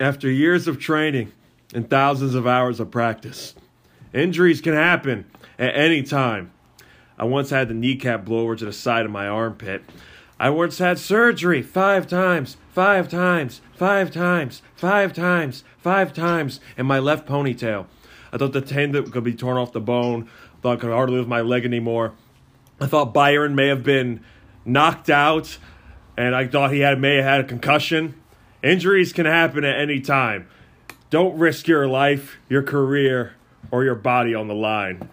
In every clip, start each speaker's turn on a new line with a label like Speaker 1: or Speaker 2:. Speaker 1: After years of training and thousands of hours of practice, injuries can happen at any time. I once had the kneecap blower to the side of my armpit. I once had surgery five times, five times, five times, five times, five times in my left ponytail. I thought the tendon could be torn off the bone. I thought I could hardly lift my leg anymore. I thought Byron may have been knocked out, and I thought he had may have had a concussion. Injuries can happen at any time. Don't risk your life, your career, or your body on the line.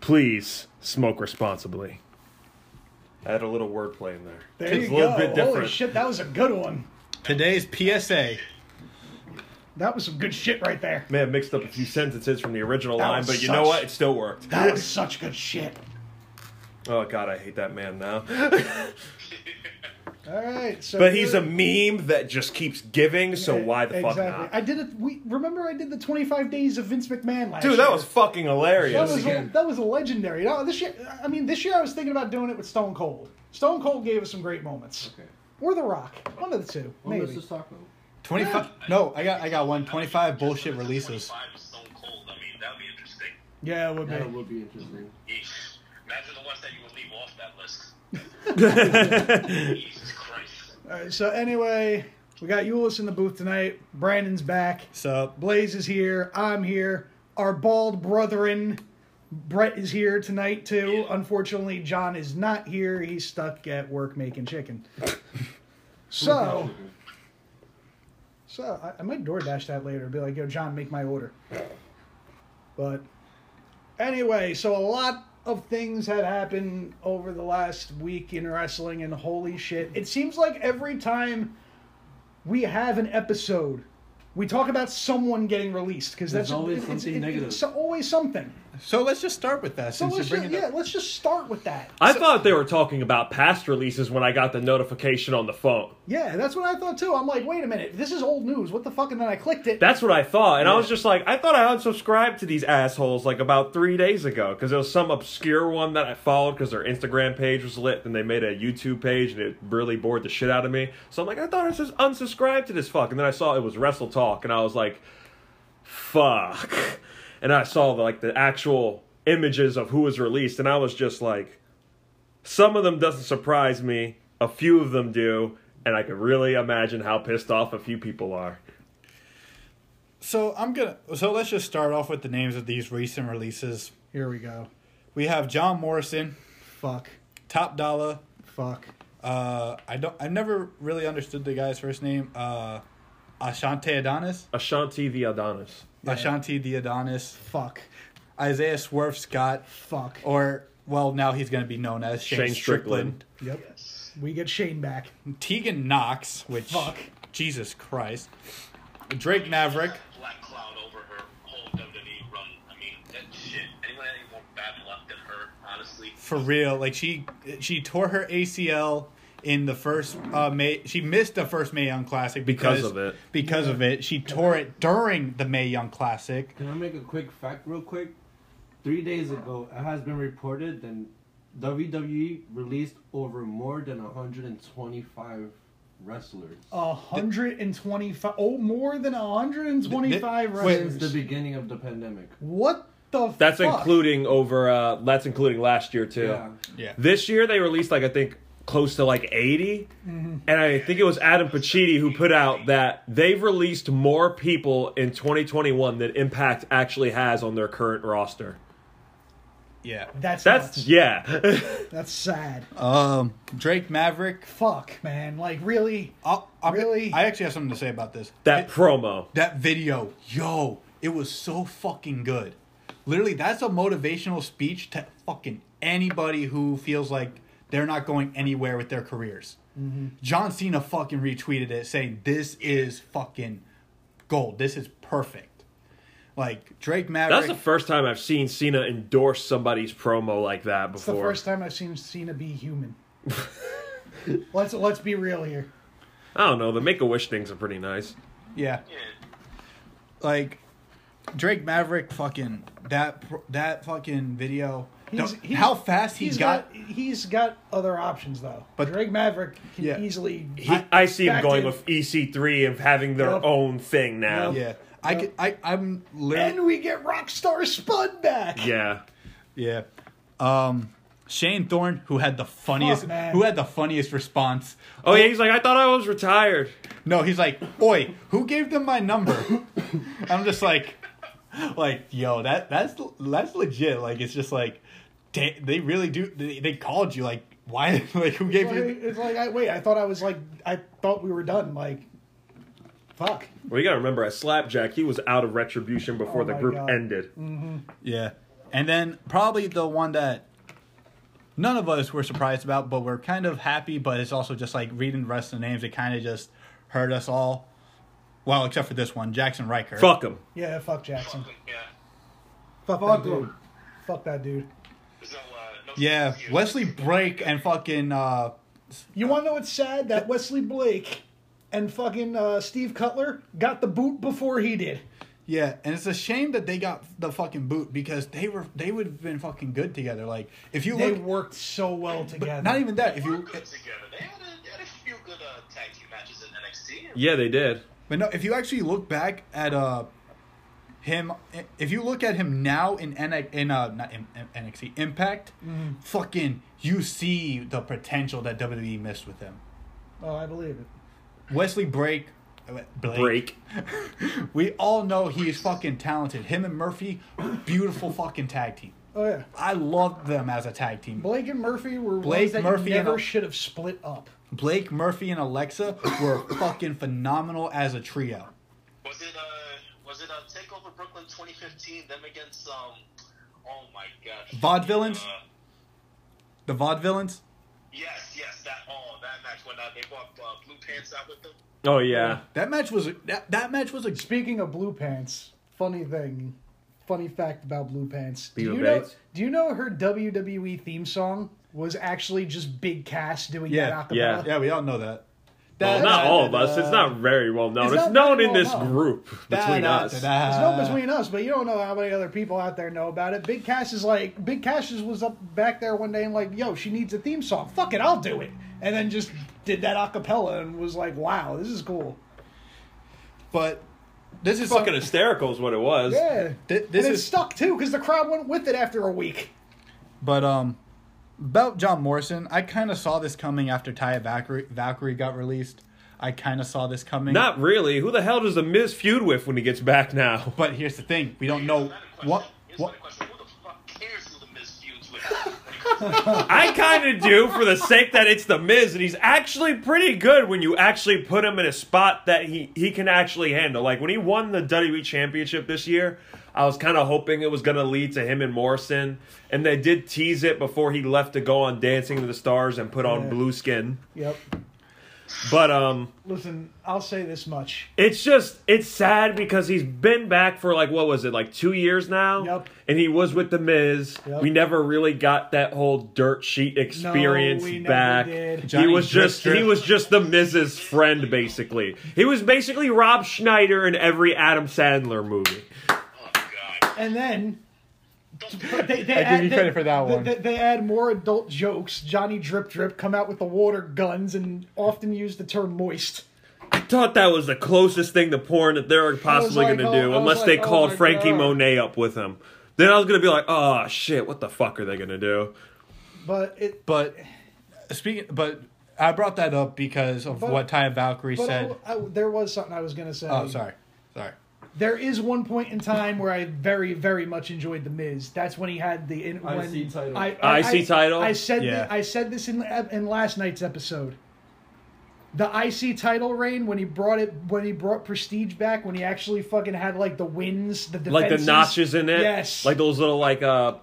Speaker 1: Please smoke responsibly. I had a little wordplay in there.
Speaker 2: There
Speaker 1: it's a
Speaker 2: you
Speaker 1: little
Speaker 2: go.
Speaker 1: bit
Speaker 2: Holy
Speaker 1: different.
Speaker 2: shit, that was a good one.
Speaker 3: Today's PSA.
Speaker 2: That was some good shit right there.
Speaker 1: May have mixed up a few sentences from the original
Speaker 2: That
Speaker 1: line,
Speaker 2: was
Speaker 1: but you
Speaker 2: such-
Speaker 1: know what? It still worked.
Speaker 2: That was such good shit.
Speaker 1: Oh God, I hate that man now.
Speaker 2: All right, so
Speaker 1: But he's a
Speaker 2: you're-
Speaker 1: meme that just keeps giving, so why the
Speaker 2: exactly.
Speaker 1: fuck
Speaker 2: I
Speaker 1: not?
Speaker 2: did it. We remember I did the 25 days of Vince McMahon last
Speaker 1: Dude,
Speaker 2: year.
Speaker 1: that was fucking
Speaker 2: that
Speaker 1: hilarious.
Speaker 2: was that was a legendary. No, this year, I mean, this year I was thinking about doing it with Stone Cold. Stone Cold gave us some great moments,
Speaker 4: Okay.
Speaker 2: or The Rock, one of the two,
Speaker 4: Well,
Speaker 2: maybe.
Speaker 4: let's just talk about it.
Speaker 3: 25. No, I got I got one. 25 bullshit releases.
Speaker 5: 25 was Stone Cold. I mean, that would be interesting.
Speaker 2: Yeah, it would be.
Speaker 4: That would be interesting.
Speaker 5: Yeesh. Imagine the ones that you would leave off that list. Jesus Christ.
Speaker 2: All right, so anyway, we got Euless in the booth tonight. Brandon's back.
Speaker 3: So
Speaker 2: Blaze is here. I'm here. Our bald brethren, Brett is here tonight too. Unfortunately, John is not here. He's stuck at work making chicken. So, so I, I might DoorDash that later. Be like, yo, John, make my order. But anyway, so a lot of things had happened over the last week in wrestling, and holy shit, it seems like every time we have an episode, we talk about someone getting released because
Speaker 4: There's
Speaker 2: that's
Speaker 4: always something negative.
Speaker 2: It's always something.
Speaker 3: so let's just start with that
Speaker 2: So
Speaker 3: since you
Speaker 2: let's
Speaker 3: bring
Speaker 2: just,
Speaker 3: it
Speaker 2: yeah,
Speaker 3: up.
Speaker 2: let's just start with that.
Speaker 1: I thought they were talking about past releases when I got the notification on the phone.
Speaker 2: Yeah, that's what I thought too. I'm like, wait a minute, this is old news. What the fuck? And then I clicked it.
Speaker 1: That's what I thought, and I was just like, I thought I unsubscribed to these assholes like about three days ago because there was some obscure one that I followed because their Instagram page was lit, and they made a YouTube page, and it really bored the shit out of me. So I'm like, I thought I was unsubscribed to this fuck, and then I saw it was Wrestle Talk, and I was like, fuck, and I saw the, like the actual images of who was released, and I was just like, some of them doesn't surprise me, a few of them do, and I can really imagine how pissed off a few people are.
Speaker 3: So I'm gonna. So let's just start off with the names of these recent releases.
Speaker 2: Here we go.
Speaker 3: We have John Morrison,
Speaker 2: Fuck.
Speaker 3: Top Dollar.
Speaker 2: Fuck.
Speaker 3: Uh, I don't. I never really understood the guy's first name. Uh, Ashante Adonis.
Speaker 1: Ashanti the Adonis.
Speaker 3: Ashanti the Adonis.
Speaker 2: Fuck.
Speaker 3: Isaiah Swerve Scott,
Speaker 2: Fuck.
Speaker 3: or well, now he's going to be known as Shane,
Speaker 1: Shane
Speaker 3: Strickland.
Speaker 1: Strickland.
Speaker 2: Yep. We get Shane back.
Speaker 3: Tegan Knox, which
Speaker 2: Fuck.
Speaker 3: Jesus Christ, Drake Maverick.
Speaker 5: Black Cloud over her whole WWE run. I mean, that shit. Anyone had any more bad luck than her, honestly?
Speaker 3: for real. Like she she tore her ACL in the first uh, May. She missed the first May Young Classic
Speaker 1: Because
Speaker 3: because,
Speaker 1: of it.
Speaker 3: Because of it, she tore it during the May Young Classic.
Speaker 4: Can I make a quick fact, real quick? Three days ago, it has been reported that WWE released over more than 125 wrestlers
Speaker 2: A hundred and twenty-five. Oh, more than a hundred and twenty-five
Speaker 3: Th- th- wait,
Speaker 4: since the
Speaker 2: wrestlers.
Speaker 4: beginning of the pandemic.
Speaker 2: What the?
Speaker 1: That's
Speaker 2: fuck?
Speaker 1: including over. Uh, that's including last year too.
Speaker 4: Yeah.
Speaker 3: Yeah.
Speaker 1: This year they released like I think close to like 80
Speaker 2: Mm-hmm.
Speaker 1: and I think it was Adam Pacitti who put out that they've released more people in 2021 than Impact actually has on their current roster.
Speaker 3: Yeah.
Speaker 2: That's
Speaker 1: That's
Speaker 2: nuts.
Speaker 1: yeah.
Speaker 2: that's sad.
Speaker 3: Um, Drake Maverick.
Speaker 2: Fuck, man. Like really.
Speaker 3: I'll, I'm,
Speaker 2: Really?
Speaker 3: I actually have something to say about this.
Speaker 1: that
Speaker 3: It-
Speaker 1: promo.
Speaker 3: that video, yo, it was so fucking good. Literally, that's a motivational speech to fucking anybody who feels like they're not going anywhere with their careers.
Speaker 2: Mm-hmm.
Speaker 3: John Cena fucking retweeted it saying, This is fucking gold. This is perfect. Like, Drake
Speaker 1: That's
Speaker 3: Maverick.
Speaker 1: the first time I've seen Cena endorse somebody's promo like that
Speaker 2: It's the
Speaker 1: before.
Speaker 2: first time I've seen Cena be human. let's let's be real here.
Speaker 1: I don't know. The Make a Wish things are pretty nice.
Speaker 3: yeah.
Speaker 5: Yeah.
Speaker 3: like Drake Maverick fucking that that fucking video
Speaker 2: He's-
Speaker 3: Don't-
Speaker 2: he's-
Speaker 3: how fast he
Speaker 2: he's
Speaker 3: got-
Speaker 2: He's got other options though.
Speaker 3: But-
Speaker 2: But Drake Maverick can
Speaker 3: Yeah.
Speaker 2: easily.
Speaker 1: He, I see him
Speaker 2: back
Speaker 1: going
Speaker 2: to-
Speaker 1: with EC3 and having their
Speaker 2: Yep.
Speaker 1: own thing now.
Speaker 2: Yep.
Speaker 3: Yeah, I could, I I'm literally
Speaker 2: And we get Rockstar Spud back.
Speaker 1: Yeah.
Speaker 3: yeah. Um, Shane Thorne, who had the funniest,
Speaker 2: man.
Speaker 3: who had the funniest response.
Speaker 1: Oh yeah, he's like, I thought I was retired.
Speaker 3: No, he's like, "Oi, who gave them my number?" I'm just like, like, yo, that that's that's legit. Like, it's just like, they, they really do. They, they called you. Like, why? Like, who gave
Speaker 2: Like,
Speaker 3: you?
Speaker 2: It's like I wait. I thought I was like I thought we were done. Like, fuck.
Speaker 1: Well, you gotta remember, at Slapjack, he was out of retribution before
Speaker 2: Oh,
Speaker 1: the
Speaker 2: my
Speaker 1: group
Speaker 2: God.
Speaker 1: ended.
Speaker 3: Yeah, and then probably the one that none of us were surprised about, but we're kind of happy. But it's also just like reading the rest of the names. It kind of just hurt us all. Well, except for this one, Jackson Riker.
Speaker 1: Fuck him.
Speaker 2: Yeah, fuck Jackson.
Speaker 5: Fucking, yeah.
Speaker 2: Fuck,
Speaker 4: Fuck
Speaker 2: that dude.
Speaker 4: him.
Speaker 2: Fuck that dude.
Speaker 5: There's no, uh, no
Speaker 3: Yeah,
Speaker 5: excuse.
Speaker 3: Wesley Brake and fucking. uh
Speaker 2: You want to know what's sad? That Wesley Blake and fucking uh, Steve Cutler got the boot before he did.
Speaker 3: Yeah, and it's a shame that they got the fucking boot because they were they would have been fucking good together. Like if you
Speaker 2: They
Speaker 3: look,
Speaker 2: worked so well together.
Speaker 3: not even that. If
Speaker 5: They were
Speaker 3: you,
Speaker 5: good together. They had a, they had a few good uh, tag team matches in NXT.
Speaker 1: Yeah, they did.
Speaker 3: but no, if you actually look back at uh him, if you look at him now in N in uh not in, in NXT Impact,
Speaker 2: Mm-hmm.
Speaker 3: fucking you see the potential that WWE missed with him.
Speaker 2: Oh, I believe it.
Speaker 3: Wesley Brake, Blake.
Speaker 1: Break.
Speaker 3: We all know he is fucking talented. Him and Murphy, beautiful fucking tag team.
Speaker 2: Oh yeah.
Speaker 3: I loved them as a tag team.
Speaker 2: Blake and Murphy were
Speaker 3: Blake,
Speaker 2: ones that
Speaker 3: Murphy,
Speaker 2: you
Speaker 3: and
Speaker 2: never
Speaker 3: Al-
Speaker 2: should have split up.
Speaker 3: Blake Murphy and Alexa were fucking phenomenal as a trio.
Speaker 5: Was it uh was it uh Takeover Brooklyn 2015? Them against um oh my gosh
Speaker 3: Vaudevillains?
Speaker 5: Uh,
Speaker 3: The Vaudevillains?
Speaker 5: yes, yes, that oh that match went out. They brought uh, blue pants out with them.
Speaker 1: Oh yeah.
Speaker 3: That match was that, that match was a
Speaker 2: Speaking of blue pants, funny thing, funny fact about blue pants. Do
Speaker 1: Beaver
Speaker 2: you know?
Speaker 1: Bates?
Speaker 2: Do you know her WWE theme song was actually just Big Cass doing
Speaker 3: yeah
Speaker 2: that
Speaker 1: yeah.
Speaker 2: acapella?
Speaker 3: yeah we all know that.
Speaker 1: Well, not all of us. It's not very well known.
Speaker 2: It's
Speaker 1: It's,
Speaker 2: not
Speaker 1: known
Speaker 2: very
Speaker 1: in
Speaker 2: well
Speaker 1: this
Speaker 2: known.
Speaker 1: group between us.
Speaker 2: There's no between us, but you don't know how many other people out there know about it. Big Cass is like, Big Cass just was up back there one day and like, yo, she needs a theme song. Fuck it, I'll do it. And then just did that acapella and was like, wow, this is cool.
Speaker 3: But this is
Speaker 1: Fucking
Speaker 3: some-
Speaker 1: hysterical is what it was.
Speaker 2: Yeah.
Speaker 3: Th-
Speaker 2: and
Speaker 3: this
Speaker 2: it
Speaker 3: is-
Speaker 2: stuck too because the crowd went with it after a week.
Speaker 3: But um, about John Morrison, I kind of saw this coming after Taya Valkyrie, Valkyrie got released. I kind of saw this coming.
Speaker 1: Not really. Who the hell does the Miz feud with when he gets back now?
Speaker 3: but here's the thing: we don't
Speaker 5: Here's
Speaker 3: know
Speaker 5: another question.
Speaker 3: what
Speaker 5: Here's
Speaker 3: what.
Speaker 5: another question. Who the fuck cares who the Miz feuds with? Oh,
Speaker 1: I kind of do for the sake that it's the Miz, and he's actually pretty good when you actually put him in a spot that he, he can actually handle. Like when he won the WWE Championship this year, I was kind of hoping it was going to lead to him and Morrison, and they did tease it before he left to go on Dancing to the Stars and put on
Speaker 2: Yeah.
Speaker 1: blue skin.
Speaker 2: Yep.
Speaker 1: But um,
Speaker 2: Listen, I'll say this much.
Speaker 1: It's just it's sad because he's been back for like what was it like two years now,
Speaker 2: Yep.
Speaker 1: and he was with the Miz.
Speaker 2: Yep.
Speaker 1: We never really got that whole dirt sheet experience
Speaker 2: we never
Speaker 1: back.
Speaker 2: did.
Speaker 1: He
Speaker 3: Johnny
Speaker 1: was just
Speaker 3: Drifter.
Speaker 1: he was just the Miz's friend basically. He was basically Rob Schneider in every Adam Sandler movie.
Speaker 5: oh god.
Speaker 2: And then they, they
Speaker 3: I give
Speaker 2: add,
Speaker 3: you
Speaker 2: they-
Speaker 3: credit for that
Speaker 2: they-
Speaker 3: one.
Speaker 2: They, they add more adult jokes. Johnny Drip Drip come out with the water guns and often use the term moist.
Speaker 1: I thought that was the closest thing to porn that they're possibly
Speaker 2: like,
Speaker 1: going
Speaker 2: oh-
Speaker 1: to
Speaker 2: I
Speaker 1: do,
Speaker 2: was
Speaker 1: unless they
Speaker 2: like, oh
Speaker 1: called
Speaker 2: my
Speaker 1: Frankie
Speaker 2: God.
Speaker 1: Monet up with him. Then I was going to be like, oh shit, what the fuck are they going to do?
Speaker 2: But it.
Speaker 3: But speaking, but I brought that up because of
Speaker 2: But-
Speaker 3: what Taya Valkyrie
Speaker 2: But
Speaker 3: said.
Speaker 2: I, I- there was something I was gonna say.
Speaker 3: oh, sorry, sorry.
Speaker 2: There is one point in time where I very, very much enjoyed the Miz. That's when he had the in, when
Speaker 4: IC title.
Speaker 1: IC title?
Speaker 2: I said
Speaker 3: Yeah.
Speaker 2: thi- I said this in in last night's episode. The IC title reign when he brought it when he brought prestige back when he actually fucking had like the wins the
Speaker 1: Like the
Speaker 2: defenses.
Speaker 1: notches in it,
Speaker 2: Yes,
Speaker 1: Like those little like uh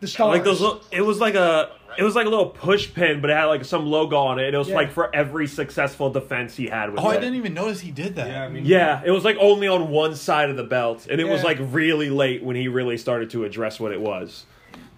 Speaker 2: the stars.
Speaker 1: Like those, little, it was like a, it was like a little push pin, but it had like some logo on it. and It was
Speaker 2: Yeah.
Speaker 1: like for every successful defense he had with
Speaker 3: Oh, I
Speaker 1: it.
Speaker 3: didn't even notice he did that.
Speaker 4: Yeah, I mean,
Speaker 1: yeah, it was like only on one side of the belt, and it was
Speaker 2: Yeah.
Speaker 1: like really late when he really started to address what it was.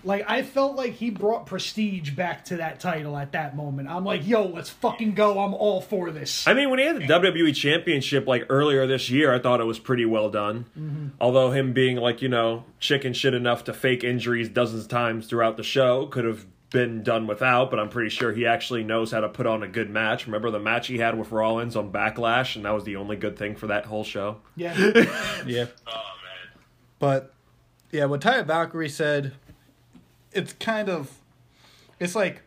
Speaker 2: Like I felt like he brought prestige back to that title at that moment. I'm like, yo, let's fucking go. I'm all for this.
Speaker 1: I mean, when he had the WWE Championship like earlier this year, I thought it was pretty well done.
Speaker 2: Mm-hmm.
Speaker 1: Although him being like you know chicken shit enough to fake injuries dozens of times throughout the show could have been done without. But I'm pretty sure he actually knows how to put on a good match. Remember the match he had with Rollins on Backlash, and that was the only good thing for that whole show.
Speaker 2: yeah.
Speaker 3: Yeah.
Speaker 5: Oh man.
Speaker 3: But yeah, what Taya Valkyrie said, it's kind of, it's like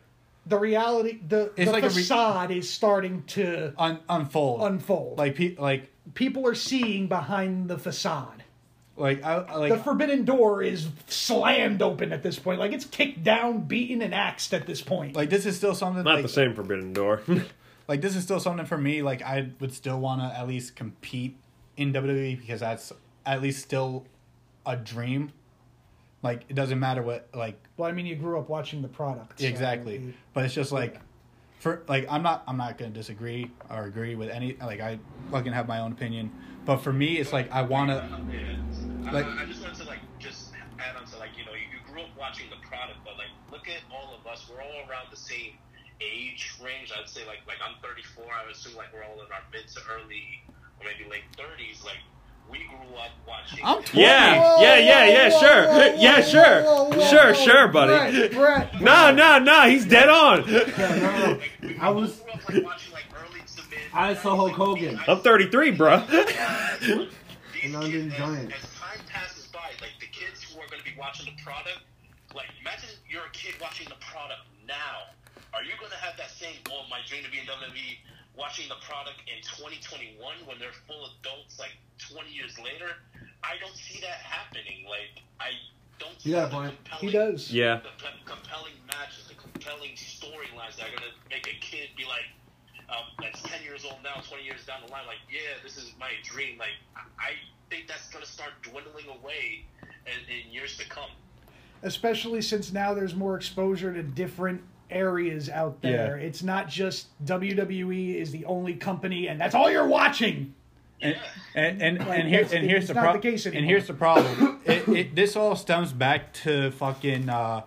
Speaker 2: The reality the,
Speaker 3: It's
Speaker 2: the
Speaker 3: like a re-
Speaker 2: facade is starting to
Speaker 3: un- unfold,
Speaker 2: unfold.
Speaker 3: like pe- like
Speaker 2: people are seeing behind the facade.
Speaker 3: like I I- like
Speaker 2: The forbidden door is slammed open at this point. Like it's kicked down, beaten, and axed at this point.
Speaker 3: like this is still something
Speaker 1: Not
Speaker 3: like,
Speaker 1: the same Forbidden Door.
Speaker 3: like this is still something for me. Like I would still want to at least compete in WWE because that's at least still a dream. Like it doesn't matter what like
Speaker 2: well, I mean, you grew up watching the product. so-
Speaker 3: exactly but it's just like for like i'm not i'm not gonna disagree or agree with any like i fucking have my own opinion but for me it's like i wanna
Speaker 5: Yeah.
Speaker 3: Like-
Speaker 5: I, I just wanted to like just add on to like you know you, you grew up watching the product, but like look at all of us. We're all around the same age range. I'd say like like I'm 34. I would assume like we're all in our mid to early or maybe late 30s. Like we grew up watching.
Speaker 3: I'm
Speaker 5: this.
Speaker 1: yeah, yeah, yeah, yeah,
Speaker 2: Whoa,
Speaker 1: sure,
Speaker 2: whoa, whoa,
Speaker 1: yeah,
Speaker 2: whoa,
Speaker 1: sure,
Speaker 2: whoa, whoa,
Speaker 1: sure,
Speaker 2: whoa.
Speaker 1: sure, buddy.
Speaker 2: Brett, Brett.
Speaker 1: No, no, no, he's dead on.
Speaker 4: Yeah, no, no.
Speaker 5: Like, we, we
Speaker 4: I was.
Speaker 5: grew up like watching like early to mid.
Speaker 4: I saw Hulk Hogan.
Speaker 1: I'm 33, bro.
Speaker 5: These
Speaker 4: And I'm
Speaker 5: kids,
Speaker 4: in giant.
Speaker 5: As, as time passes by, like the kids who are going to be watching the product, like imagine you're a kid watching the product now. Are you going to have that same, oh, my dream to be in WWE, watching the product in 2021 when they're full adults, like 20 years later? I don't see that happening. Like, I don't see
Speaker 4: Yeah,
Speaker 5: the
Speaker 4: Brian.
Speaker 5: compelling,
Speaker 2: He does.
Speaker 1: Yeah.
Speaker 5: the p- compelling matches, the compelling storylines that are going to make a kid be like, um, that's 10 years old now, 20 years down the line, like, yeah, this is my dream. Like, I I think that's going to start dwindling away in, in years to come.
Speaker 2: especially since now there's more exposure to different areas out there.
Speaker 3: Yeah.
Speaker 2: It's not just WWE is the only company and that's all you're watching.
Speaker 3: and and and,
Speaker 2: Like,
Speaker 3: and, here,
Speaker 2: that's-
Speaker 3: and here's
Speaker 2: it's
Speaker 3: the
Speaker 2: not
Speaker 3: problem
Speaker 2: the case
Speaker 3: and
Speaker 2: anymore.
Speaker 3: here's the problem it, it, this all stems back to fucking uh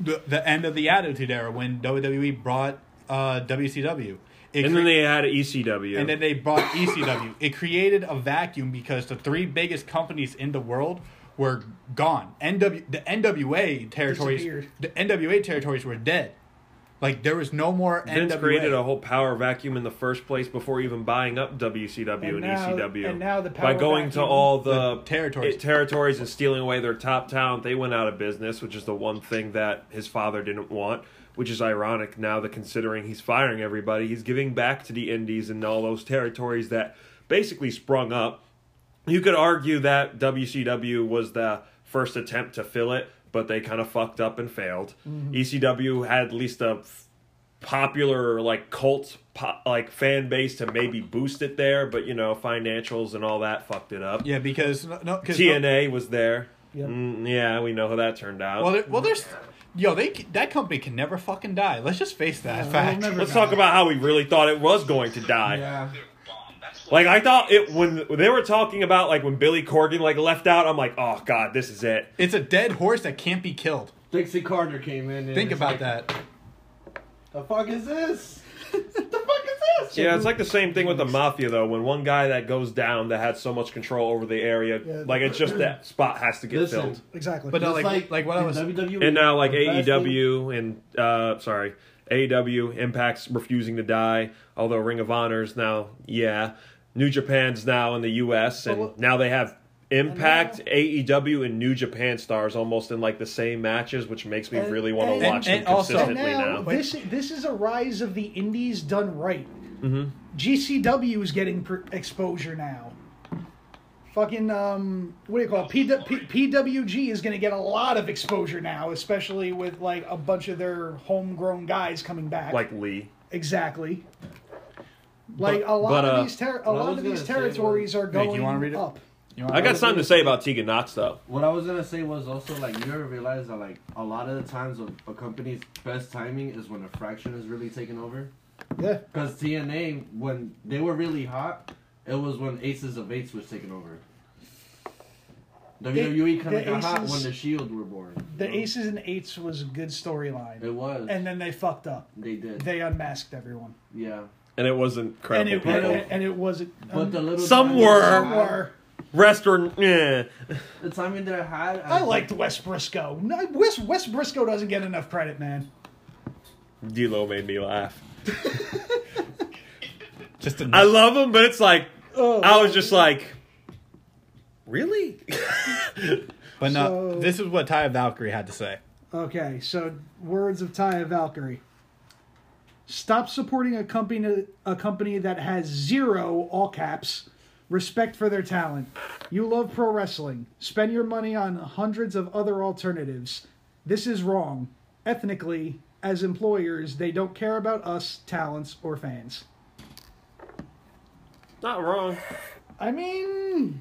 Speaker 3: the, the end of the attitude era when wwe brought uh wcw it
Speaker 1: And then
Speaker 3: cre-
Speaker 1: they had E ECW.
Speaker 3: and then they brought ECW. It created a vacuum because the three biggest companies in the world were gone. NW the NWA territories
Speaker 2: Disappeared.
Speaker 3: the NWA territories were dead. Like there was no more
Speaker 1: Vince
Speaker 3: NWA.
Speaker 1: created a whole power vacuum in the first place before even buying up WCW and,
Speaker 2: And now-
Speaker 1: ECW.
Speaker 2: and now the
Speaker 1: by
Speaker 2: power
Speaker 1: going to
Speaker 2: vacuum-
Speaker 1: all the,
Speaker 3: The territories.
Speaker 1: it- territories and stealing away their top talent, they went out of business, which is the one thing that his father didn't want. Which is ironic now that considering he's firing everybody, he's giving back to the Indies and all those territories that basically sprung up. You could argue that WCW was the first attempt to fill it, but they kind of fucked up and failed.
Speaker 3: Mm-hmm.
Speaker 1: ECW had at least a f- popular like cult po- like fan base to maybe boost it there, but you know financials and all that fucked it up.
Speaker 3: Yeah, because no, no 'cause no-
Speaker 1: TNA was there.
Speaker 2: Yep.
Speaker 1: Mm, yeah, we know how that turned out.
Speaker 3: well, there, well, there's yo they c- that company can never fucking die. Let's just face that
Speaker 4: it'll
Speaker 3: fact.
Speaker 4: never-
Speaker 1: Let's talk about how we really thought it was going to die.
Speaker 4: Yeah.
Speaker 5: They're bomb. That's what
Speaker 1: Like I thought it when they were talking about like when Billy Corgan like left out. I'm like, oh god, this is it.
Speaker 3: It's a dead horse that can't be killed.
Speaker 4: Dixie Carter came in. And
Speaker 3: Think
Speaker 4: it's
Speaker 3: about
Speaker 4: like,
Speaker 3: that.
Speaker 4: The fuck is this? the fuck is this?
Speaker 1: Yeah, it's like the same thing with the mafia though. When one guy that goes down that had so much control over the area,
Speaker 2: Yeah.
Speaker 1: like it's just that spot has to get
Speaker 4: Listen,
Speaker 1: filled.
Speaker 2: Exactly.
Speaker 3: But no,
Speaker 4: just
Speaker 3: like- like what I
Speaker 4: in E
Speaker 3: was-
Speaker 4: WWE,
Speaker 1: And now like E
Speaker 4: the best
Speaker 1: AEW and uh sorry, AEW Impact's refusing to die, although Ring of Honor's now yeah. New Japan's now in the US and
Speaker 2: what-
Speaker 1: now they have Impact, AEW, and New Japan stars almost in like the same matches, which makes me
Speaker 2: And-
Speaker 1: really want
Speaker 2: and-
Speaker 1: to watch
Speaker 3: and
Speaker 1: them
Speaker 3: also-
Speaker 2: and
Speaker 1: consistently now.
Speaker 2: now this this is a rise of the indies done right.
Speaker 3: Mm-hmm.
Speaker 2: GCW is getting pr- exposure now. Fucking um, what do you call it? P- P- PWG is going to get a lot of exposure now, especially with like a bunch of their homegrown guys coming back.
Speaker 1: Like Lee.
Speaker 2: Exactly. Like a lot
Speaker 1: but, uh,
Speaker 2: of these ter-
Speaker 4: I
Speaker 2: a lot
Speaker 4: was
Speaker 2: of these
Speaker 4: gonna say
Speaker 2: territories are
Speaker 3: Nick, you
Speaker 2: going
Speaker 3: wanna read it?
Speaker 2: up.
Speaker 3: You know,
Speaker 1: I got something to say about Tegan Knox though.
Speaker 4: What I was gonna say was also like you ever realize that like a lot of the times a, a company's best timing is when a fraction is really taking over.
Speaker 2: Yeah.
Speaker 4: Because TNA when they were really hot, it was when Aces of Eights was taking over. WWE kind
Speaker 2: the
Speaker 4: of E got hot when
Speaker 2: Aces-
Speaker 4: the Shield were born. you
Speaker 2: The
Speaker 4: know?
Speaker 2: aces and eights was a good storyline,
Speaker 4: It was.
Speaker 2: and then they fucked up.
Speaker 4: they did.
Speaker 2: They Um, unmasked everyone,
Speaker 4: yeah.
Speaker 1: And it wasn't
Speaker 2: and
Speaker 1: credible.
Speaker 2: it
Speaker 1: people.
Speaker 4: But-
Speaker 2: and it wasn't.
Speaker 4: But the little
Speaker 1: Some
Speaker 4: time
Speaker 1: were.
Speaker 4: that I
Speaker 2: some
Speaker 4: had-
Speaker 2: were.
Speaker 1: Restaurant. eh.
Speaker 4: The timing that I had,
Speaker 2: I liked Wes Briscoe. No, Wes Wes Briscoe doesn't get enough credit, man.
Speaker 1: D'Lo made me laugh.
Speaker 3: Just a
Speaker 1: I love him, but it's like
Speaker 2: Oh.
Speaker 1: I was just like, really?
Speaker 3: But no,
Speaker 2: So-
Speaker 3: this is what Ty Valkyrie had to say.
Speaker 2: Okay, so words of Taya Valkyrie. Stop supporting a company a company that has zero all caps respect for their talent. You love pro wrestling. Spend your money on hundreds of other alternatives. This is wrong. Ethnically, as employers, they don't care about us, talents, or fans.
Speaker 1: Not wrong.
Speaker 2: I mean,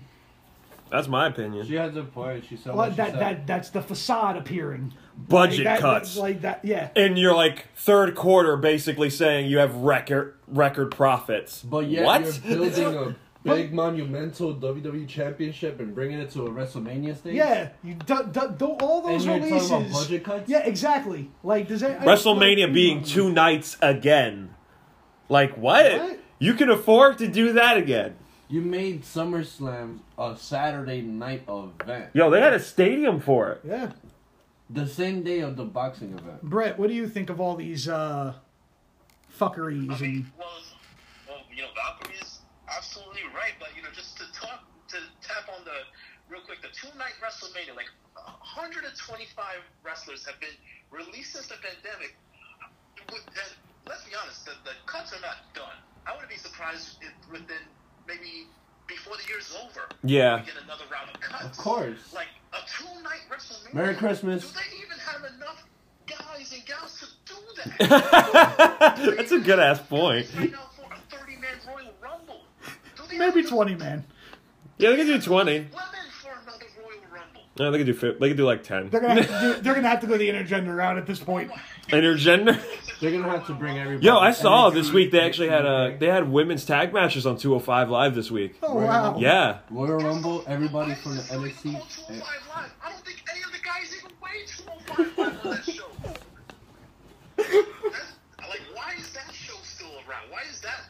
Speaker 1: That's my opinion.
Speaker 4: She has a point. She said
Speaker 2: well,
Speaker 4: what she
Speaker 2: that,
Speaker 4: said.
Speaker 2: that that's the facade appearing. Like
Speaker 1: Budget
Speaker 2: that-
Speaker 1: cuts.
Speaker 2: like that, yeah.
Speaker 1: and you're like third quarter basically saying you have record record profits.
Speaker 4: But yet
Speaker 1: what?
Speaker 4: you're building a big monumental WWE championship and bringing it to a WrestleMania stage.
Speaker 2: Yeah, you do, do, do all those
Speaker 4: And you're talking
Speaker 2: releases.
Speaker 4: about budget cuts?
Speaker 2: Yeah, exactly. Like does that I-
Speaker 1: WrestleMania being two nights again. Like what?
Speaker 2: What?
Speaker 1: You can afford to do that again.
Speaker 4: You made SummerSlam a Saturday night event.
Speaker 1: Yo, they had a stadium for it.
Speaker 2: Yeah,
Speaker 4: The same day of the boxing event.
Speaker 2: Brett, what do you think of all these uh fuckeries
Speaker 5: I mean,
Speaker 2: and
Speaker 5: well, well, you know, Valkyrie is absolutely right, but you know, just to talk to tap on the real quick, the two night WrestleMania, like 125 wrestlers have been released since the pandemic. With- And let's be honest, the, the cuts are not done. I wouldn't be surprised if within maybe before the year's over,
Speaker 1: Yeah.
Speaker 5: we get another round of cuts.
Speaker 4: Of course.
Speaker 5: like a two night WrestleMania.
Speaker 4: Merry Christmas.
Speaker 5: Do they even have enough guys and gals to do that?
Speaker 1: That's a good ass point.
Speaker 5: Right now for a 30-man Royal Rumble. Do they have
Speaker 2: maybe
Speaker 5: enough
Speaker 2: twenty man?
Speaker 1: Yeah, they could do twenty.
Speaker 5: Women for another Royal Rumble.
Speaker 1: No, they could do. Fi- they could do like ten.
Speaker 2: They're gonna have to do, they're gonna have to go the intergender route at this point.
Speaker 1: Intergender.
Speaker 4: They're gonna have to bring everybody.
Speaker 1: Yo, I saw
Speaker 4: NXT,
Speaker 1: this week they actually had a
Speaker 4: NXT,
Speaker 1: they had women's tag matches on 205 Live this week.
Speaker 2: Oh wow.
Speaker 1: Yeah,
Speaker 4: Royal Rumble. Everybody from the
Speaker 5: Why is this
Speaker 4: NXT.
Speaker 5: fucking called 205 Live? I don't think any of the guys even weigh 205 Live on that show. That's- Like, why is that show still around? Why is that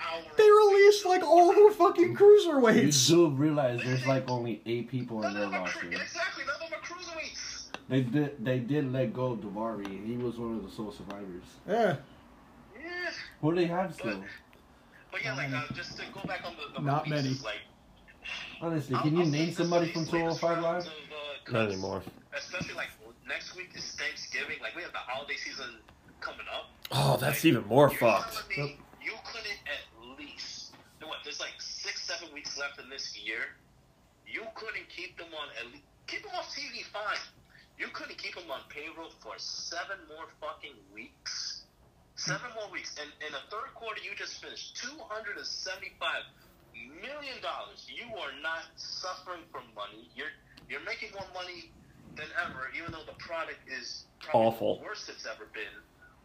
Speaker 5: our...
Speaker 2: They released like all their fucking
Speaker 4: You
Speaker 2: cruiserweights.
Speaker 4: do realize there's like only eight people in
Speaker 5: None
Speaker 4: their
Speaker 5: of them are cru-
Speaker 4: roster.
Speaker 5: exactly, none of them are cruiserweights.
Speaker 4: They did. They did let go of Daivari. He was one of the sole survivors.
Speaker 2: Yeah.
Speaker 5: Yeah.
Speaker 4: Who do they have still?
Speaker 5: But yeah, like, uh, just to go back on the, the
Speaker 2: Not
Speaker 5: releases,
Speaker 2: many.
Speaker 5: like,
Speaker 4: Honestly,
Speaker 5: I'll-
Speaker 4: can you
Speaker 5: I'll say
Speaker 4: name
Speaker 5: this
Speaker 4: somebody
Speaker 5: is
Speaker 4: from
Speaker 5: the latest
Speaker 4: 205
Speaker 5: rounds
Speaker 4: Live?
Speaker 5: of, uh,
Speaker 1: not
Speaker 5: cuts,
Speaker 1: anymore.
Speaker 5: Especially like next week is Thanksgiving. Like we have the holiday season coming up.
Speaker 1: Oh, that's
Speaker 5: Like,
Speaker 1: even more
Speaker 5: you're
Speaker 1: fucked.
Speaker 5: telling me You couldn't at least. You know what? There's like six, seven weeks left in this year. You couldn't keep them on at least keep them off TV. Fine. You couldn't keep them on payroll for seven more fucking weeks. Seven more weeks, and in the third quarter, you just finished two hundred and seventy-five million dollars. You are not suffering from money. You're you're making more money than ever, even though the product is probably
Speaker 1: Awful.
Speaker 5: the worst it's ever been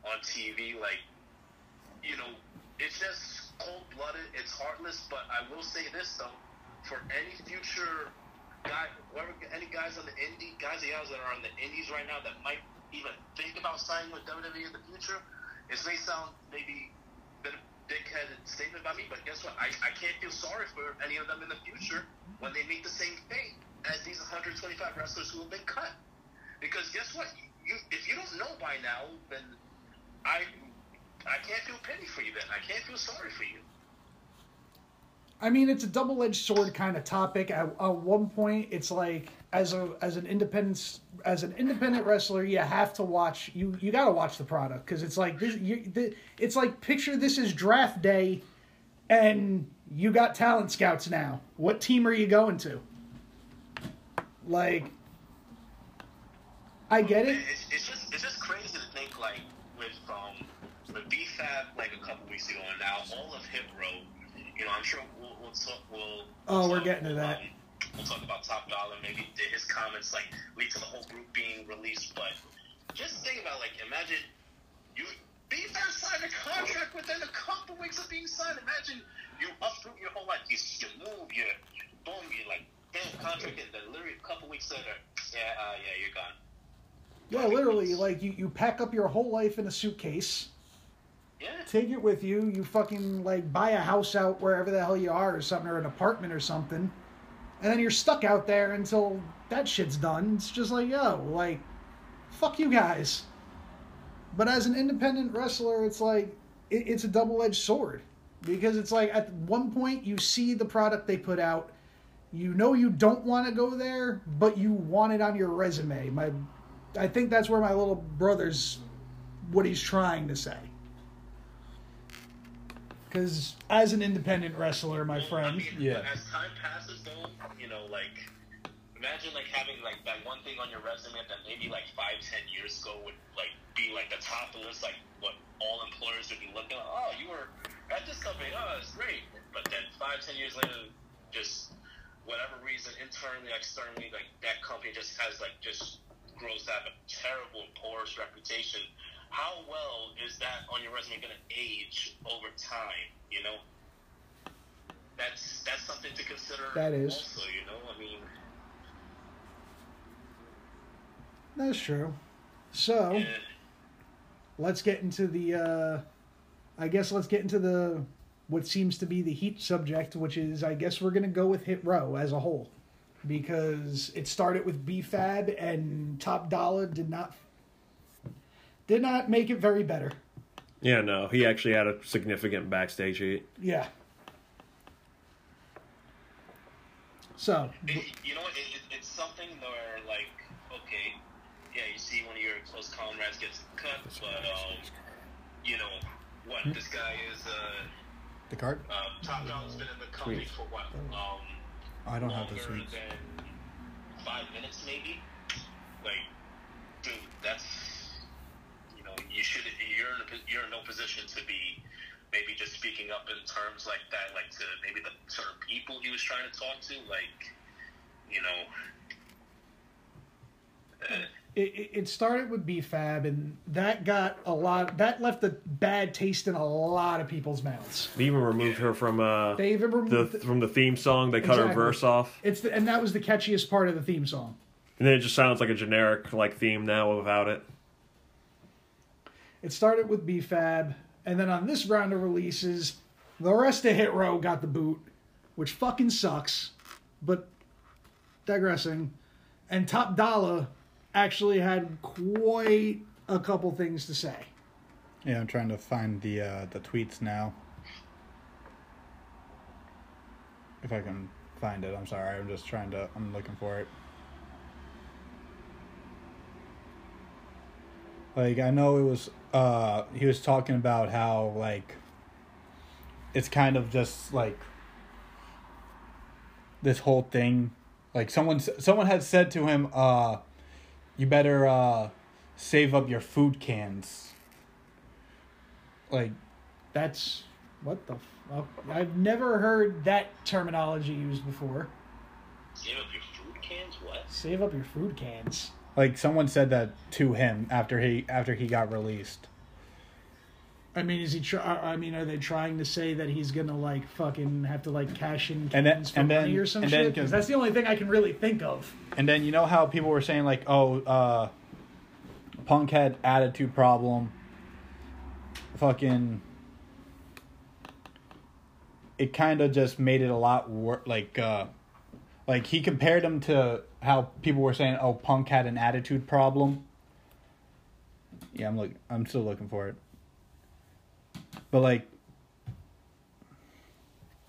Speaker 5: on TV. Like, you know, it's just cold-blooded. It's heartless. But I will say this though, for any future guy, whoever, any guys on the indie, guys and gals that are on the indies right now that might even think about signing with WWE in the future, it may sound maybe a bit of a dickheaded statement by me, but guess what? I, I can't feel sorry for any of them in the future when they meet the same fate as these 125 wrestlers who have been cut. Because guess what? You, if you don't know by now, then I I can't feel pity for you. Then I can't feel sorry for you.
Speaker 2: I mean, it's a double-edged sword kind of topic. At, at one point, it's like as a as an independent as an independent wrestler, you have to watch you you got to watch the product because it's like this. You, the, it's like picture this is draft day, and you got talent scouts now. What team are you going to? Like, I get it.
Speaker 5: It's, it's just it's just crazy to think like with um with BFAB like a couple weeks ago and now all of Hip Row, you know I'm sure we'll we'll talk we'll
Speaker 2: Oh, we're
Speaker 5: talk,
Speaker 2: getting to that.
Speaker 5: um, we'll talk about Top Dollar. Maybe th- his comments like lead to the whole group being released. But just think about like imagine you BFAB signed a contract within a couple weeks of being signed. Imagine you uproot your whole life. You, you move. You boom. You like. Damn, the contract in. Then literally a couple weeks later, yeah, uh, yeah, you're gone.
Speaker 2: Yeah, literally, like you, you pack up your whole life in a suitcase,
Speaker 5: Yeah.
Speaker 2: take it with you, you fucking like buy a house out wherever the hell you are or something, or an apartment or something, and then you're stuck out there until that shit's done. It's just like, yo, like, fuck you guys. But as an independent wrestler, it's like it, it's a double edged sword because it's like at one point you see the product they put out, you know you don't want to go there, but you want it on your resume. My, I think that's where my little brother's what he's trying to say. Because as an independent wrestler, my
Speaker 5: Well, I
Speaker 2: friend,
Speaker 5: mean,
Speaker 3: Yeah.
Speaker 5: As time passes, though, you know, like imagine like having like that one thing on your resume that maybe like five, ten years ago would like be like the top of the list, like what all employers would be looking. at. Oh, you were at this company. Oh, it's great. But then five, ten years later, just whatever reason, internally, externally, like that company just has like just grows to have a terrible, porous reputation. How well is that on your resume going to age over time? You know, that's that's something to consider.
Speaker 2: That is.
Speaker 5: also, you know, I mean,
Speaker 2: that's true. So
Speaker 5: yeah,
Speaker 2: let's get into the, uh, I guess let's get into the what seems to be the heat subject, which is I guess we're gonna go with Hit Row as a whole, because it started with BFAB and Top Dollar did not did not make it very better.
Speaker 1: Yeah, no, he actually had a significant backstage heat.
Speaker 2: Yeah. So
Speaker 5: it, you know, what, it, it, it's something where like, okay, yeah, you see one of your close comrades gets cut, but um, you know, what
Speaker 2: Hmm?
Speaker 5: this guy is. Uh,
Speaker 3: The card?
Speaker 5: uh, Top Dog's been in the company for what?
Speaker 2: Oh.
Speaker 5: Um,
Speaker 3: I don't have this
Speaker 5: longer
Speaker 3: week's.
Speaker 5: than five minutes, maybe. Like, dude, that's you know, you should you're in a, po- you're in no position to be maybe just speaking up in terms like that, like to maybe the sort of people he was trying to talk to, like you know. Uh,
Speaker 2: it, it- it started with BFAB, and that got a lot. That left a bad taste in a lot of people's mouths.
Speaker 1: They even removed her from uh
Speaker 2: They even
Speaker 1: the
Speaker 2: removed the-
Speaker 1: from the theme song. They cut her
Speaker 2: Exactly.
Speaker 1: verse off,
Speaker 2: it's the, and that was the catchiest part of the theme song.
Speaker 1: and then it just sounds like a generic like theme now without it.
Speaker 2: It started with BFAB, and then on this round of releases, the rest of Hit Row got the boot, which fucking sucks. But digressing, and Top Dollar actually had quite a couple things to say.
Speaker 3: Yeah, I'm trying to find the uh, the tweets now. If I can find it, I'm sorry. I'm just trying to. I'm looking for it. Like I know it was. Uh, he was talking about how like. It's kind of just like. This whole thing, like someone s- someone had said to him, uh, "You better uh, save up your food cans." Like
Speaker 2: That's what the fuck? I've never heard that terminology used before.
Speaker 5: save up your food cans. What?
Speaker 2: Save up your food cans.
Speaker 3: Like someone said that to him after he after he got released.
Speaker 2: I mean, is he? Try- I I mean, are they trying to say that he's gonna like fucking have to like cash in
Speaker 3: And then-
Speaker 2: cans for
Speaker 3: and then-
Speaker 2: money or some
Speaker 3: and then
Speaker 2: shit?
Speaker 3: can-
Speaker 2: Because that's the only thing I can really think of.
Speaker 3: And then you know how people were saying like, "Oh, uh Punk had attitude problem." Fucking it kind of just made it a lot worse like uh like he compared him to how people were saying, "Oh, Punk had an attitude problem." Yeah, I'm look I'm still looking for it. But like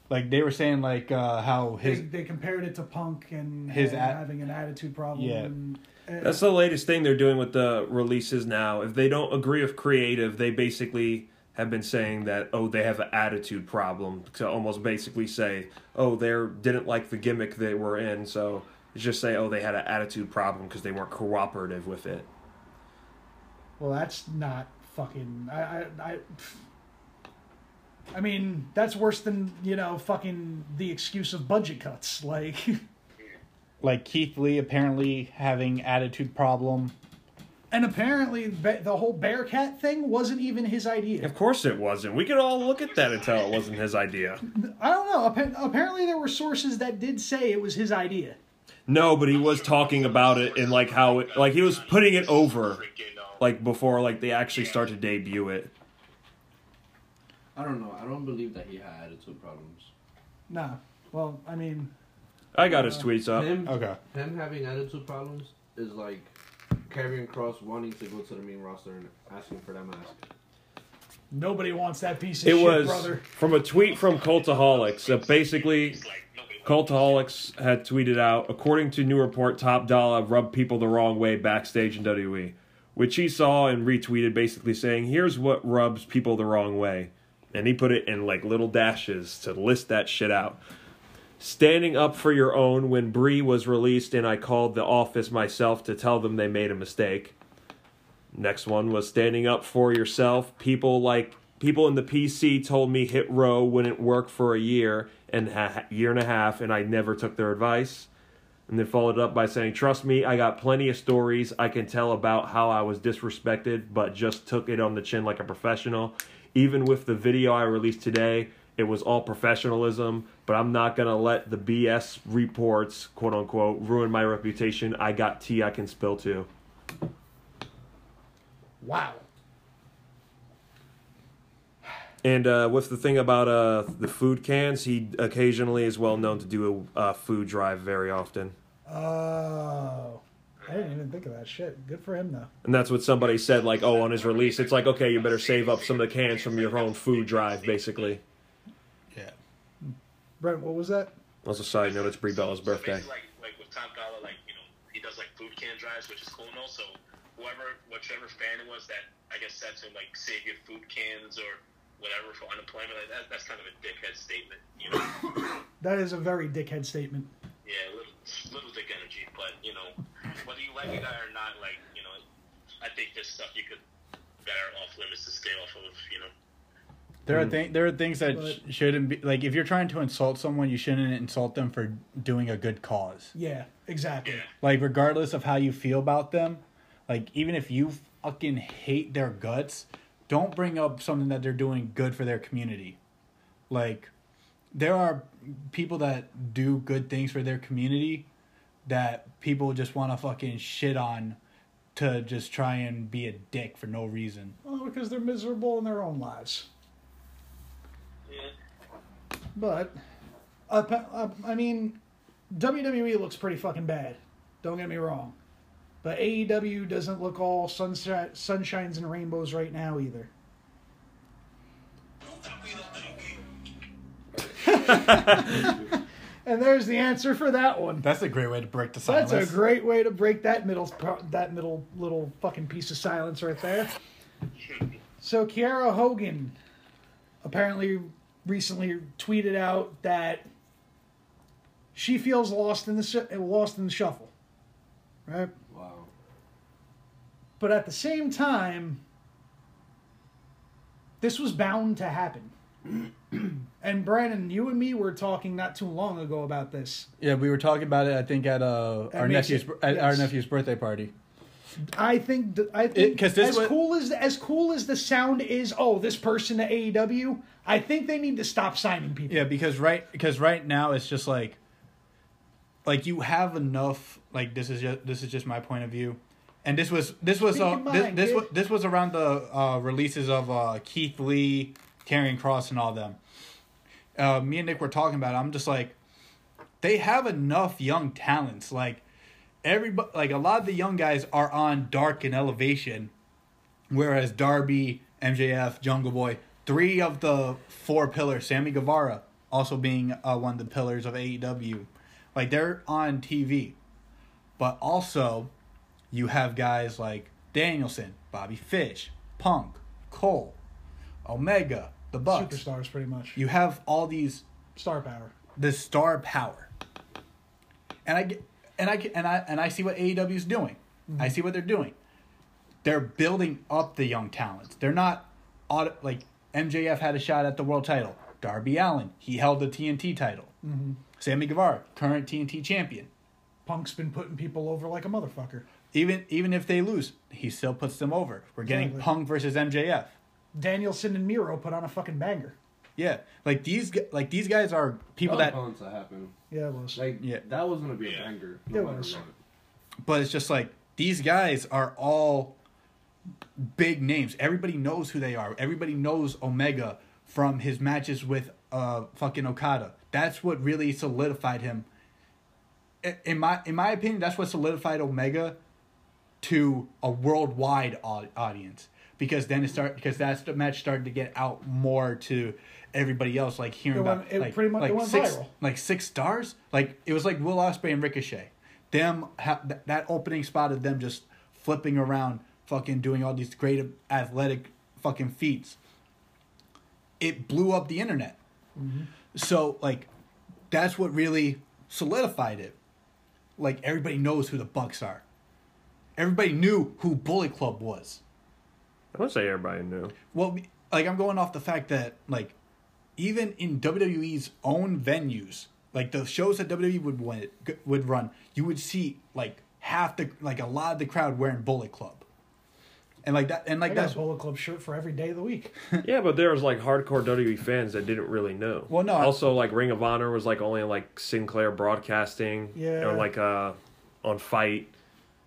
Speaker 3: like they were saying like uh how his
Speaker 2: They, they compared it to punk and
Speaker 3: His
Speaker 2: and
Speaker 3: at-
Speaker 2: having an attitude
Speaker 3: Yeah.
Speaker 2: problem. Yeah,
Speaker 1: That's the latest thing they're doing with the releases now. If they don't agree with creative, they basically have been saying that oh they have an attitude problem to almost basically say oh they didn't like the gimmick they were in, so it's just say oh they had an attitude problem because they weren't cooperative with it.
Speaker 2: well, that's not fucking. I I. I I mean, that's worse than, you know, fucking the excuse of budget cuts. Like,
Speaker 3: like Keith Lee apparently having attitude problem.
Speaker 2: and apparently ba- the whole Bearcat thing wasn't even his idea.
Speaker 1: Of course it wasn't. We could all look at that and tell it wasn't his idea.
Speaker 2: I don't know. Appa- apparently, there were sources that did say it was his idea.
Speaker 1: No, but he was talking about it and like how it, like he was putting it over,
Speaker 5: Freaking, uh,
Speaker 1: like before like they actually start to debut it.
Speaker 4: I don't know. I don't believe that he had attitude problems.
Speaker 2: Nah. Well, I mean,
Speaker 1: I got his tweets up.
Speaker 4: Him,
Speaker 3: Oh, Okay.
Speaker 4: him having attitude problems is like carrying cross wanting to go to the main roster and asking for that mask.
Speaker 2: nobody wants that piece of
Speaker 1: It
Speaker 2: shit,
Speaker 1: was
Speaker 2: brother.
Speaker 1: from a tweet from Cultaholics. That basically,
Speaker 5: it's like nobody wants
Speaker 1: Cultaholics had tweeted out, according to new report, Top Dollar rubbed people the wrong way backstage in WWE, which he saw and retweeted, basically saying, "Here's what rubs people the wrong way," and he put it in like little dashes to list that shit out. Standing up for your own when Bree was released, and I called the office myself to tell them they made a mistake. Next one was standing up for yourself. People like people in the PC told me Hit Row wouldn't work for a year and ha- year and a half, and I never took their advice. And then followed up by saying, "Trust me, I got plenty of stories I can tell about how I was disrespected, but just took it on the chin like a professional. Even with the video I released today, it was all professionalism. But I'm not gonna let the BS reports, quote unquote, ruin my reputation. I got tea I can spill too."
Speaker 2: Wow.
Speaker 1: And uh, with the thing about uh, the food cans, he occasionally is well known to do a uh, food drive very often.
Speaker 2: Oh. I didn't even think of that shit. Good for him, though.
Speaker 1: And that's what somebody said, like, oh, on his release, it's like, okay, you better save up some of the cans from your own food drive, basically.
Speaker 3: Yeah.
Speaker 2: Brent, what was that?
Speaker 1: Also, side note, it's Brie Bella's
Speaker 5: So
Speaker 1: birthday.
Speaker 5: basically, Like, like with Tom Gala, like you know, he does like food can drives, which is cool and all. So whoever, whichever fan it was that I guess said to him like save your food cans or whatever for unemployment, like, that, that's kind of a dickhead statement, you know.
Speaker 2: That is a very dickhead statement.
Speaker 5: yeah, little, little dick energy, but you know, whether you like the guy or not, like you know, I think there's stuff you could that are off limits to stay off of, you know.
Speaker 3: There are things. There are things that
Speaker 2: But-
Speaker 3: sh- shouldn't be like if you're trying to insult someone, you shouldn't insult them for doing a good cause.
Speaker 2: Yeah, exactly.
Speaker 5: Yeah.
Speaker 3: Like regardless of how you feel about them, like even if you fucking hate their guts, don't bring up something that they're doing good for their community. Like there are people that do good things for their community that people just want to fucking shit on to just try and be a dick for no reason.
Speaker 2: Well, because they're miserable in their own lives.
Speaker 5: Yeah.
Speaker 2: But, uh, pa- uh, I mean, WWE looks pretty fucking bad. Don't get me wrong. But AEW doesn't look all sunshine, sunshines and rainbows right now either. And there's the answer for that one.
Speaker 3: That's a great way to break the silence.
Speaker 2: That's a great way to break that middle pro- that middle little fucking piece of silence right there. So Kiara Hogan apparently recently tweeted out that she feels lost in the shu- lost in the shuffle, right?
Speaker 4: Wow.
Speaker 2: But at the same time, this was bound to happen. and Brandon, you and me were talking not too long ago about this.
Speaker 3: Yeah, we were talking about it. I think at uh, our
Speaker 2: makes
Speaker 3: nephew's
Speaker 2: it-
Speaker 3: at our
Speaker 2: yes.
Speaker 3: nephew's birthday party.
Speaker 2: I think th- I think
Speaker 3: 'cause this
Speaker 2: as
Speaker 3: was-
Speaker 2: cool as as cool as the sound is. Oh, this person to AEW. I think they need to stop signing people.
Speaker 3: Yeah, because right because right now it's just like like you have enough. Like this is just this is just my point of view, and this was this was
Speaker 2: Speak
Speaker 3: uh,
Speaker 2: your
Speaker 3: this
Speaker 2: mind,
Speaker 3: this
Speaker 2: kid.
Speaker 3: was, this was around the uh, releases of uh, Keith Lee, Karrion Cross, and all them. Uh, me and Nick were talking about. It. I'm just like, they have enough young talents. Like everybody, like a lot of the young guys are on Dark and Elevation, whereas Darby, MJF, Jungle Boy, three of the four pillars, Sammy Guevara also being uh, one of the pillars of AEW, like they're on TV, but also you have guys like Danielson, Bobby Fish, Punk, Cole, Omega, The Bucks.
Speaker 2: Superstars, pretty much.
Speaker 3: You have all these
Speaker 2: Star power.
Speaker 3: the star power. And I get, and I get- and I and I see what AEW is doing. I see what they're doing. They're building up the young talents. They're not auto, like MJF had a shot at the world title. Darby Allen, he held the TNT title. Sammy Guevara, current TNT champion.
Speaker 2: Punk's been putting people over like a motherfucker.
Speaker 3: Even even if they lose, he still puts them over. We're getting
Speaker 2: Exactly.
Speaker 3: Punk versus MJF.
Speaker 2: Danielson and Miro put on a fucking banger.
Speaker 3: Yeah, like these gu- like these guys are people that,
Speaker 4: bound to happen.
Speaker 2: Yeah, it was.
Speaker 4: Like
Speaker 3: Yeah.
Speaker 4: that was gonna be a
Speaker 5: Yeah.
Speaker 4: banger.
Speaker 2: It
Speaker 4: No matter
Speaker 2: was.
Speaker 4: what.
Speaker 3: but it's just like these guys are all big names. Everybody knows who they are. Everybody knows Omega from his matches with uh fucking Okada. That's what really solidified him. I- In my in my opinion, that's what solidified Omega to a worldwide au- audience because then it start because that's the match started to get out more to everybody else like hearing
Speaker 2: It went-
Speaker 3: about
Speaker 2: it
Speaker 3: like,
Speaker 2: pretty much- it
Speaker 3: like
Speaker 2: went
Speaker 3: six
Speaker 2: viral.
Speaker 3: like six stars like it was like Will Ospreay and Ricochet them ha- th- that opening spot of them just flipping around fucking doing all these great athletic fucking feats it blew up the internet
Speaker 2: Mm-hmm.
Speaker 3: so like that's what really solidified it like everybody knows who the Bucks are everybody knew who Bullet Club was.
Speaker 1: I would say everybody knew.
Speaker 3: Well, like I'm going off the fact that like even in WWE's own venues, like the shows that WWE would win, would run, you would see like half the like a lot of the crowd wearing Bullet Club, and like that and like
Speaker 2: I got
Speaker 3: that's
Speaker 2: a Bullet Club shirt for every day of the week.
Speaker 1: yeah, but there was like hardcore WWE fans that didn't really know.
Speaker 3: Well, no, I-
Speaker 1: Also, like Ring of Honor was like only like Sinclair Broadcasting.
Speaker 2: Yeah.
Speaker 1: Or like uh, on Fight.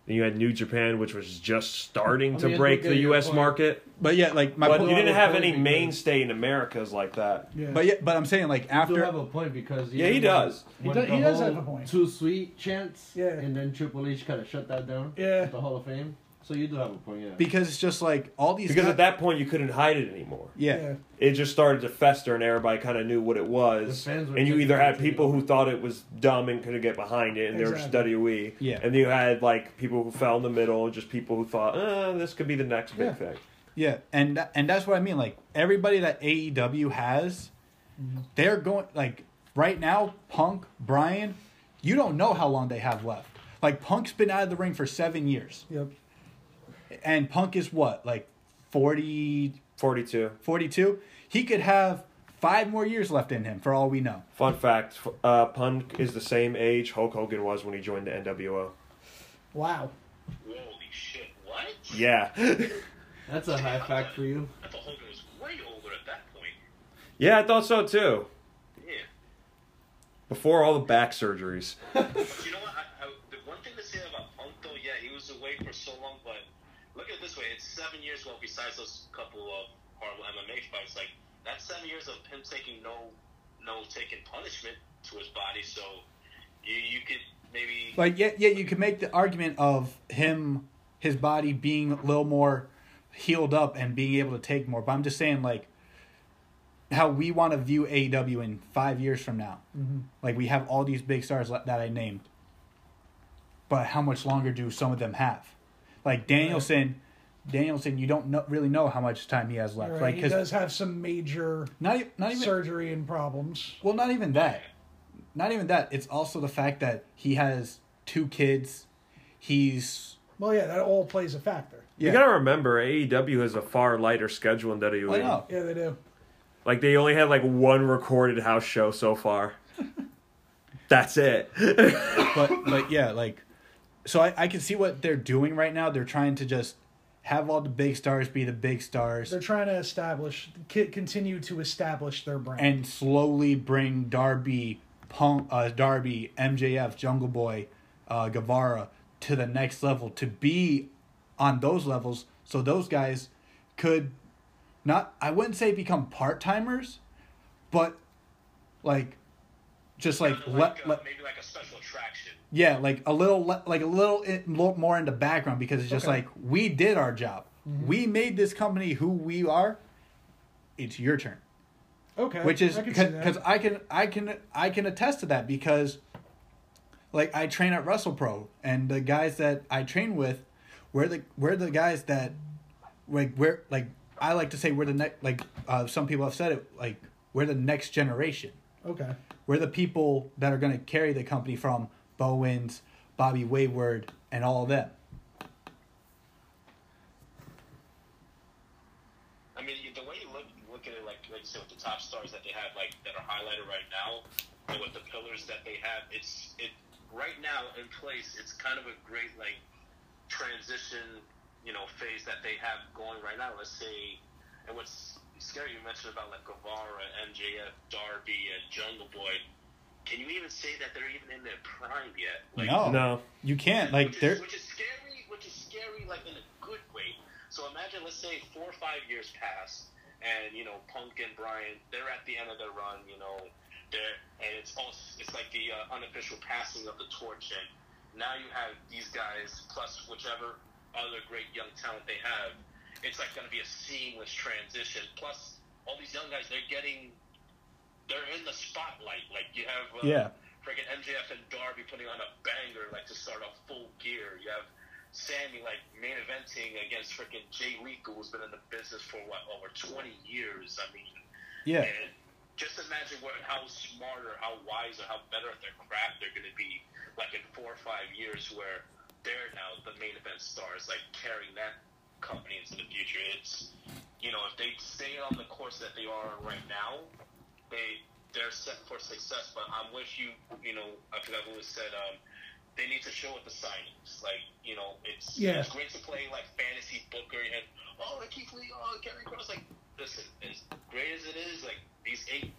Speaker 1: And you had New Japan, which was just starting to
Speaker 4: mean,
Speaker 1: break
Speaker 4: look at
Speaker 1: the
Speaker 4: your
Speaker 1: U.S.
Speaker 4: point.
Speaker 1: market.
Speaker 3: but yeah like my
Speaker 1: But
Speaker 3: po-
Speaker 1: you didn't have any
Speaker 4: Because-
Speaker 1: mainstay in Americas like that.
Speaker 2: Yeah.
Speaker 3: but yeah but I'm saying like
Speaker 4: I do have
Speaker 3: after
Speaker 4: a point because
Speaker 1: Yeah, he
Speaker 4: when-
Speaker 1: does.
Speaker 2: He
Speaker 4: when
Speaker 2: does-
Speaker 4: the
Speaker 2: he does
Speaker 4: whole
Speaker 2: have a point.
Speaker 4: Too sweet chance.
Speaker 2: Yeah.
Speaker 4: And then Triple H kind of shut that down.
Speaker 2: Yeah.
Speaker 4: With the Hall of Fame. So you do have a point. Yeah.
Speaker 3: because it's just like all these
Speaker 1: Because
Speaker 3: guys-
Speaker 1: at that point, you couldn't hide it anymore.
Speaker 3: yeah.
Speaker 2: yeah.
Speaker 1: It just started to fester, and everybody kind of knew what it was.
Speaker 4: The fans were
Speaker 1: And you
Speaker 4: just
Speaker 1: either had
Speaker 4: crazy.
Speaker 1: people who thought it was dumb and couldn't get behind it, and
Speaker 2: Exactly.
Speaker 1: they were just WWE.
Speaker 3: Yeah.
Speaker 1: And you had like people who fell in the middle, and just people who thought, uh, this could be the next big
Speaker 2: Yeah.
Speaker 1: thing.
Speaker 3: Yeah, and tha- and that's what I mean. Like everybody that AEW has, they're going like right now. Punk, Brian, you don't know how long they have left. Like Punk's been out of the ring for seven years,
Speaker 2: Yep.
Speaker 3: and Punk is what like 40,
Speaker 1: 42.
Speaker 3: 42? He could have five more years left in him for all we know.
Speaker 1: Fun fact f- uh, Punk is the same age Hulk Hogan was when he joined the NWO.
Speaker 2: Wow.
Speaker 5: Holy shit, what?
Speaker 1: Yeah.
Speaker 4: That's a high fact for you.
Speaker 5: I thought Hogan was way older at that point.
Speaker 1: yeah, I thought so too.
Speaker 5: Yeah.
Speaker 1: Before all the back surgeries.
Speaker 5: But you know what? I, I, the one thing to say about Punk, though, yeah, he was away for so long, but look at it this way: it's seven years. Well, besides those couple of horrible MMA fights, like that's seven years of him taking no, no taking punishment to his body. So you you could maybe
Speaker 3: Like yeah, yeah, you can make the argument of him, his body being a little more healed up and being able to take more. But I'm just saying like how we want to view AEW in five years from now.
Speaker 2: Mm-hmm.
Speaker 3: Like we have all these big stars le- that I named, but how much longer do some of them have? Like Danielson, Danielson, you don't know, really know how much time he has left.
Speaker 2: Right.
Speaker 3: Like
Speaker 2: he
Speaker 3: 'cause
Speaker 2: does have some major
Speaker 3: not e- not even
Speaker 2: surgery and problems.
Speaker 3: well, not even that. Not even that. It's also the fact that he has two kids. He's
Speaker 2: Well, yeah, that all plays a factor.
Speaker 1: You gotta remember, AEW has a far lighter schedule than WWE.
Speaker 3: I know.
Speaker 2: Yeah, they do.
Speaker 1: Like they only had like one recorded house show so far. That's it.
Speaker 3: but but yeah, like so I, I can see what they're doing right now. They're trying to just have all the big stars be the big stars
Speaker 2: They're trying to establish, c- continue to establish their brand.
Speaker 3: and slowly bring Darby Punk uh, Darby, MJF, Jungle Boy, uh, Guevara to the next level to be on those levels so those guys could not I wouldn't say become part timers, but like just like
Speaker 5: kinda
Speaker 3: let,
Speaker 5: uh,
Speaker 3: let
Speaker 5: maybe like a special attraction.
Speaker 3: Yeah, like a little, le- like a little in, lo- more in the background because it's just
Speaker 2: Okay.
Speaker 3: like we did our job. We made this company who we are. It's your turn,
Speaker 2: okay,
Speaker 3: which is
Speaker 2: I can see that.
Speaker 3: because I can, I can, I can attest to that because, like, I train at Russell Pro, and the guys that I train with, we're the we're the guys that, like, we're like I like to say we're the next like uh, some people have said it like we're the next generation
Speaker 2: okay,
Speaker 3: we're the people that are going to carry the company from Bowens, Bobby Wayward, and all of them.
Speaker 5: I mean, the way you look look at it, like like you said, with the top stars that they have, like that are highlighted right now, and with the pillars that they have, it's it right now in place. It's kind of a great like transition, you know, phase that they have going right now. Let's say, and what's scary you mentioned about like Guevara, MJF, Darby, and Jungle Boy. Can you even say that they're even in their prime yet? Like,
Speaker 3: no,
Speaker 1: No.
Speaker 3: you can't. Like
Speaker 5: which
Speaker 3: they're
Speaker 5: is, which is scary, which is scary, like in a good way. So imagine, let's say four or five years pass, and you know, Punk and Brian, they're at the end of their run, you know, they're and it's also it's like the uh, unofficial passing of the torch, and now you have these guys plus whichever other great young talent they have. It's like going to be a seamless transition. Plus, all these young guys, they're getting, they're in the spotlight. Like you have, uh,
Speaker 3: Yeah.
Speaker 5: freaking MJF and Darby putting on a banger, like to start off full gear. You have Sammy like main eventing against freaking Jay Lethal, who's been in the business for what over twenty years. I mean,
Speaker 3: yeah.
Speaker 5: and just imagine what how smarter, how wiser, how better at their craft they're going to be. Like in four or five years, where they're now the main event stars, like carrying that company into the future. It's you know if they stay on the course that they are on right now, they they're set for success. But I'm with you. You know, I forgot who it said. Um, they need to show it the signings. Like you know, it's
Speaker 2: Yeah.
Speaker 5: it's great to play like fantasy Booker and oh Keith Lee, oh Gary Cross. Like listen, as great as it is, like these eight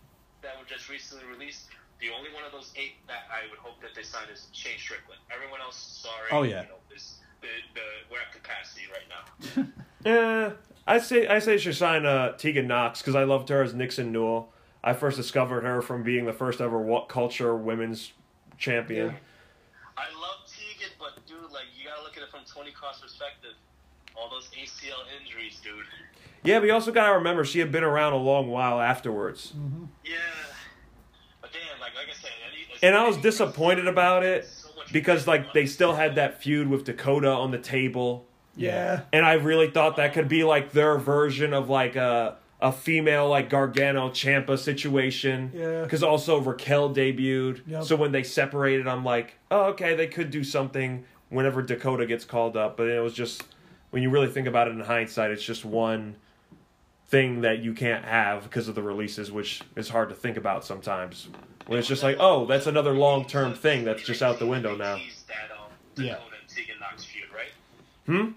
Speaker 5: that were just recently released. The only one of those eight that I would hope that they sign is Shane Strickland. Everyone else, sorry.
Speaker 3: Oh, yeah.
Speaker 5: You know, is the, the, we're at capacity right now.
Speaker 1: Yeah, Eh, I say I say you should sign uh, Tegan Knox because I loved her as Nixon Newell. I first discovered her from being the first ever wa- culture women's champion.
Speaker 5: I love Tegan, but dude, like you gotta look at it from Tony Cross' perspective. All those ACL injuries, dude.
Speaker 1: Yeah, but you also gotta remember she had been around a long while afterwards,
Speaker 5: Yeah. But damn, like like I said, any,
Speaker 1: and I was disappointed about it
Speaker 5: So much-
Speaker 1: because like they still had that feud with Dakota on the table,
Speaker 2: Yeah.
Speaker 1: and I really thought that could be like their version of like a a female like Gargano Champa situation.
Speaker 2: Yeah.
Speaker 1: Because also Raquel debuted,
Speaker 2: Yep.
Speaker 1: so when they separated, I'm like, oh okay, they could do something whenever Dakota gets called up. But it was just when you really think about it in hindsight, it's just one thing that you can't have because of the releases, which is hard to think about sometimes. When it's just like, oh, that's another long term thing that's just out the window now.
Speaker 5: They teased That, um,
Speaker 3: Yeah.
Speaker 5: Dakota and Tegan Knox feud, right?
Speaker 1: Hmm?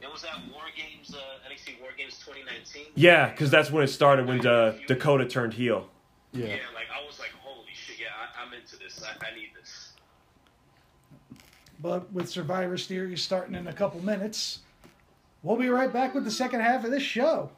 Speaker 5: It was that War Games, uh, NXT War Games 2019.
Speaker 1: Yeah, because that's when it started when uh, Dakota turned heel.
Speaker 5: Yeah, like I was like, holy shit, yeah, I, I'm into this. I, I need this.
Speaker 2: But with Survivor Series starting in a couple minutes, we'll be right back with the second half of this show.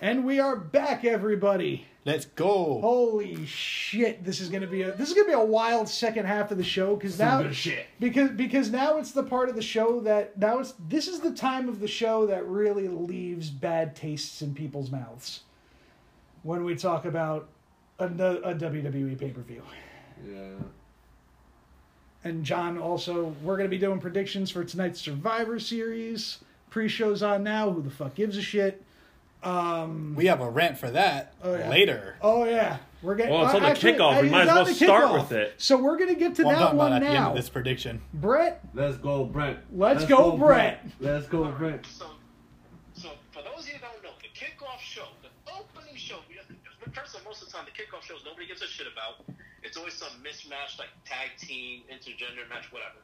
Speaker 2: And we are back, everybody.
Speaker 3: Let's go.
Speaker 2: Oh. Holy shit! This is gonna be a this is gonna be a wild second half of the show because now
Speaker 4: good shit.
Speaker 2: because because now it's the part of the show that now it's this is the time of the show that really leaves bad tastes in people's mouths when we talk about a, no- a E WWE pay per view.
Speaker 4: Yeah.
Speaker 2: And John also we're gonna be doing predictions for tonight's Survivor Series pre shows on now. Who the fuck gives a shit?
Speaker 3: We have a rant for that
Speaker 2: Oh, yeah.
Speaker 3: later.
Speaker 2: Oh yeah, we're getting.
Speaker 1: Well, it's on the kickoff. We
Speaker 2: it's
Speaker 1: might as
Speaker 2: on
Speaker 1: well
Speaker 2: the
Speaker 1: start
Speaker 2: kickoff.
Speaker 1: with it.
Speaker 2: So we're gonna get to
Speaker 3: Well,
Speaker 2: that
Speaker 3: no,
Speaker 2: one
Speaker 3: not at the end
Speaker 2: now.
Speaker 3: of this prediction.
Speaker 2: Brett,
Speaker 4: Let's go, Brent.
Speaker 2: Let's go,
Speaker 4: Let's go, Brent.
Speaker 5: So, so for those of you who don't know, the kickoff show, the opening show, we- first of all, most of the time, the kickoff shows nobody gives a shit about. It's always some mismatch, like tag team, intergender match, whatever.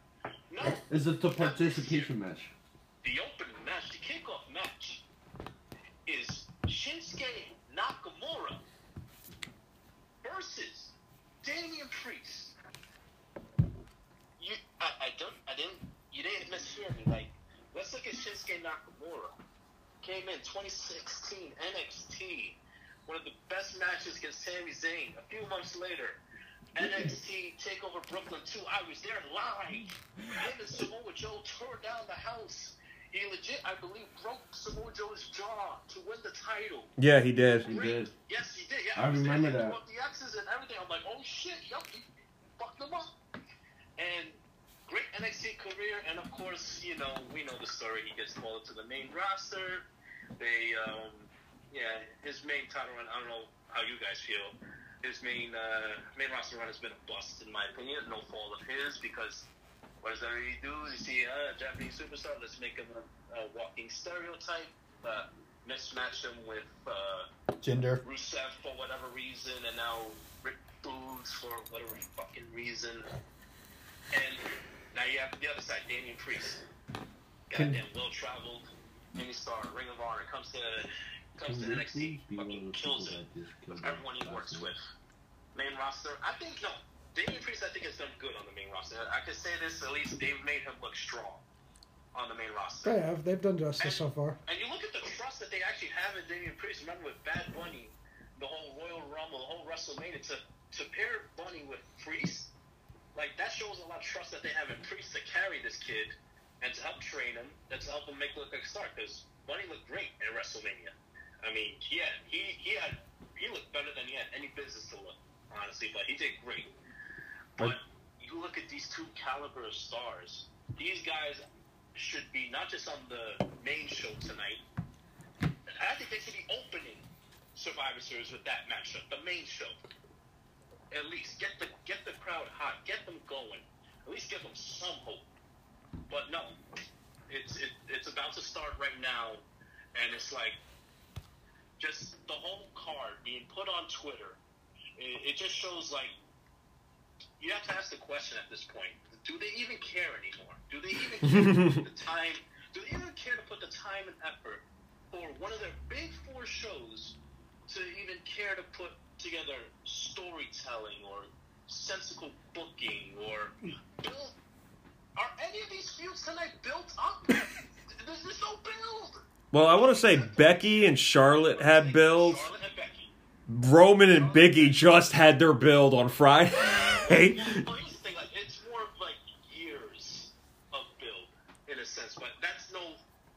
Speaker 5: No,
Speaker 4: Is it the participation match?
Speaker 5: the opening match, the kickoff match, is Shinsuke Nakamura versus Damian Priest. You, I, I don't, I didn't, you didn't mishear me. Like, let's look at Shinsuke Nakamura. Came in 2016 NXT, one of the best matches against Sami Zayn. A few months later, NXT Takeover Brooklyn 2. I was there live. Him and Samoa Joe tore down the house. He legit, I believe, broke Samoa Joe's jaw to win the title.
Speaker 1: Yeah, he did.
Speaker 4: He did.
Speaker 5: Yes, he did. Yeah,
Speaker 4: I
Speaker 5: was there.
Speaker 4: remember
Speaker 5: He threw
Speaker 4: that.
Speaker 5: up The X's and everything. I'm like, oh shit, yup, he fucked them up. And great NXT career, and of course, you know, we know the story. He gets called to the main roster. They, um, yeah, his main title run. I don't know how you guys feel. His main uh, main roster run has been a bust, in my opinion. No fault of his because. What does WWE do? You see, uh, Japanese superstar, let's make him a, a walking stereotype. Uh, mismatched him with uh,
Speaker 3: Gender.
Speaker 5: Rusev for whatever reason, and now Rick Boogs for whatever fucking reason. And now you have the other side, Damian Priest. Goddamn, well traveled, mini star, Ring of Honor, comes to comes to
Speaker 4: Can
Speaker 5: NXT,
Speaker 4: Ricky be one of
Speaker 5: fucking
Speaker 4: those
Speaker 5: kills
Speaker 4: people
Speaker 5: it.
Speaker 4: that just kills
Speaker 5: Everyone he
Speaker 4: it?
Speaker 5: works with, main roster. I think no, Damian Priest. I think has done good on the main roster. I could say this at least they've made him look strong on the main roster.
Speaker 2: They have. They've done justice so far.
Speaker 5: And you look at the trust that they actually have in Damian Priest. Remember with Bad Bunny, the whole Royal Rumble, the whole WrestleMania, to, to pair Bunny with Priest, like that shows a lot of trust that they have in Priest to carry this kid and to help train him and to help him make look like a star. Because Bunny looked great at WrestleMania. I mean, yeah, he he had he looked better than he had any business to look, honestly. But he did great. But you look at these two caliber of stars. These guys should be not just on the main show tonight. I think they should be opening Survivor Series with that matchup, the main show. At least get the get the crowd hot, get them going. At least give them some hope. But no, it's it, it's about to start right now, and it's like just the whole card being put on Twitter. It, it just shows like you have to ask the question at this point: Do they even care anymore? Do they even care to put the time? Do they even care to put the time and effort for one of their big four shows to even care to put together storytelling or sensical booking or build? Are any of these feuds tonight built up? There's there's no build.
Speaker 1: Well, I want to say Becky and Charlotte had builds.
Speaker 5: Charlotte and Becky.
Speaker 1: Roman and Biggie just had their build on Friday.
Speaker 5: Well, here's the thing, like, it's more of like years of build in a sense, but that's no,